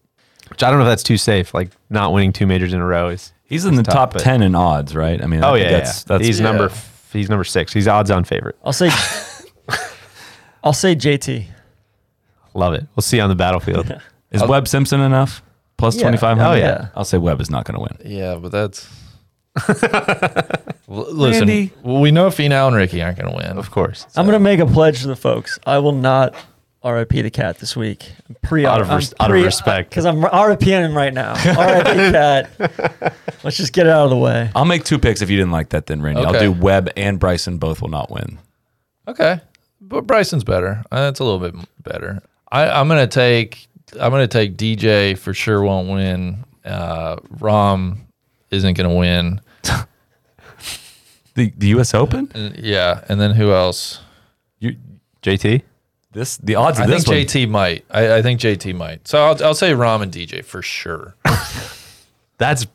Speaker 3: which I don't know if that's too safe. Like not winning two majors in a row is.
Speaker 2: he's in the
Speaker 3: tough,
Speaker 2: top
Speaker 3: but-
Speaker 2: ten in odds, right? I mean, I
Speaker 3: Oh
Speaker 2: think
Speaker 3: yeah,
Speaker 2: that's,
Speaker 3: yeah.
Speaker 2: that's
Speaker 3: he's number f- he's number six. He's odds on favorite.
Speaker 4: I'll [laughs] say I'll say JT.
Speaker 3: Love it. We'll see you on the battlefield.
Speaker 2: Is Webb Simpson enough? Plus
Speaker 4: Yeah.
Speaker 2: twenty five hundred.
Speaker 3: Oh, yeah.
Speaker 2: I'll say Webb is not going to win.
Speaker 5: Yeah, but that's. L- Listen,
Speaker 2: Randy.
Speaker 5: we know Finau and Ricky aren't going to win.
Speaker 3: Of course.
Speaker 4: I'm gonna make a pledge to the folks. I will not RIP the cat this week. I'm pre
Speaker 3: Out of res- out of
Speaker 4: [laughs]
Speaker 3: respect.
Speaker 4: because I'm RIPing him right now. RIP cat. Let's just get it out of the way.
Speaker 2: I'll make two picks if you didn't like that. Then Randy, I'll
Speaker 5: Okay.
Speaker 2: do Webb and Bryson. Both will not win.
Speaker 5: Okay, but Bryson's better. Uh, That's a little bit m- better. I, I'm going to take. I'm going to take DJ for sure. Won't win. Uh, Rom isn't going to win.
Speaker 2: The the U.S. Open.
Speaker 5: And, yeah, and then who else?
Speaker 2: You,
Speaker 3: JT.
Speaker 2: this the odds of
Speaker 5: I
Speaker 2: this
Speaker 5: think
Speaker 2: one.
Speaker 5: JT might. I, I think JT might. So I'll, I'll say Rom and DJ for sure.
Speaker 3: That's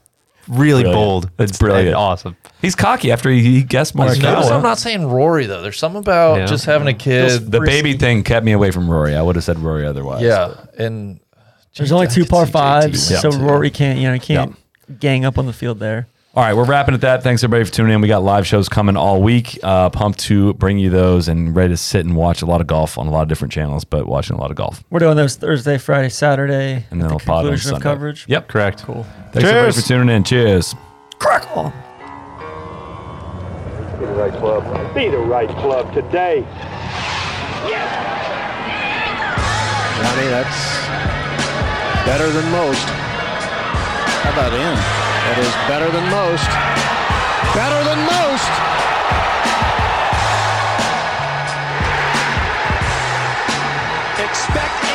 Speaker 3: really
Speaker 2: Brilliant.
Speaker 3: bold.
Speaker 2: That's brilliant.
Speaker 3: Awesome.
Speaker 2: He's cocky after he, he guessed
Speaker 5: Notice I'm
Speaker 2: Morikawa.
Speaker 5: not saying Rory though. There's something about
Speaker 3: Yeah.
Speaker 5: just having a kid.
Speaker 2: The baby thing kept me away from Rory. I would have said Rory otherwise.
Speaker 5: yeah, and
Speaker 4: There's only two par fives,
Speaker 2: win.
Speaker 4: so
Speaker 2: Yeah.
Speaker 4: Rory can't you know he can't gang up on the field there.
Speaker 2: All right, we're wrapping it that. Thanks everybody for tuning in. We got live shows coming all week. Uh, pumped to bring you those and ready to sit and watch a lot of golf on a lot of different channels, but watching a lot of golf.
Speaker 4: We're doing those Thursday, Friday, Saturday,
Speaker 2: And then
Speaker 4: at
Speaker 2: I'll
Speaker 4: the
Speaker 2: pod on
Speaker 4: conclusion
Speaker 2: Sunday.
Speaker 4: of coverage.
Speaker 2: Yep.
Speaker 3: Correct. Cool.
Speaker 2: Thanks everybody for tuning in. Cheers.
Speaker 4: Crack on.
Speaker 7: Be the right club. Be the right club today.
Speaker 8: Johnny, that's better than most. How about in? That is better than most. Better than most.
Speaker 1: Expect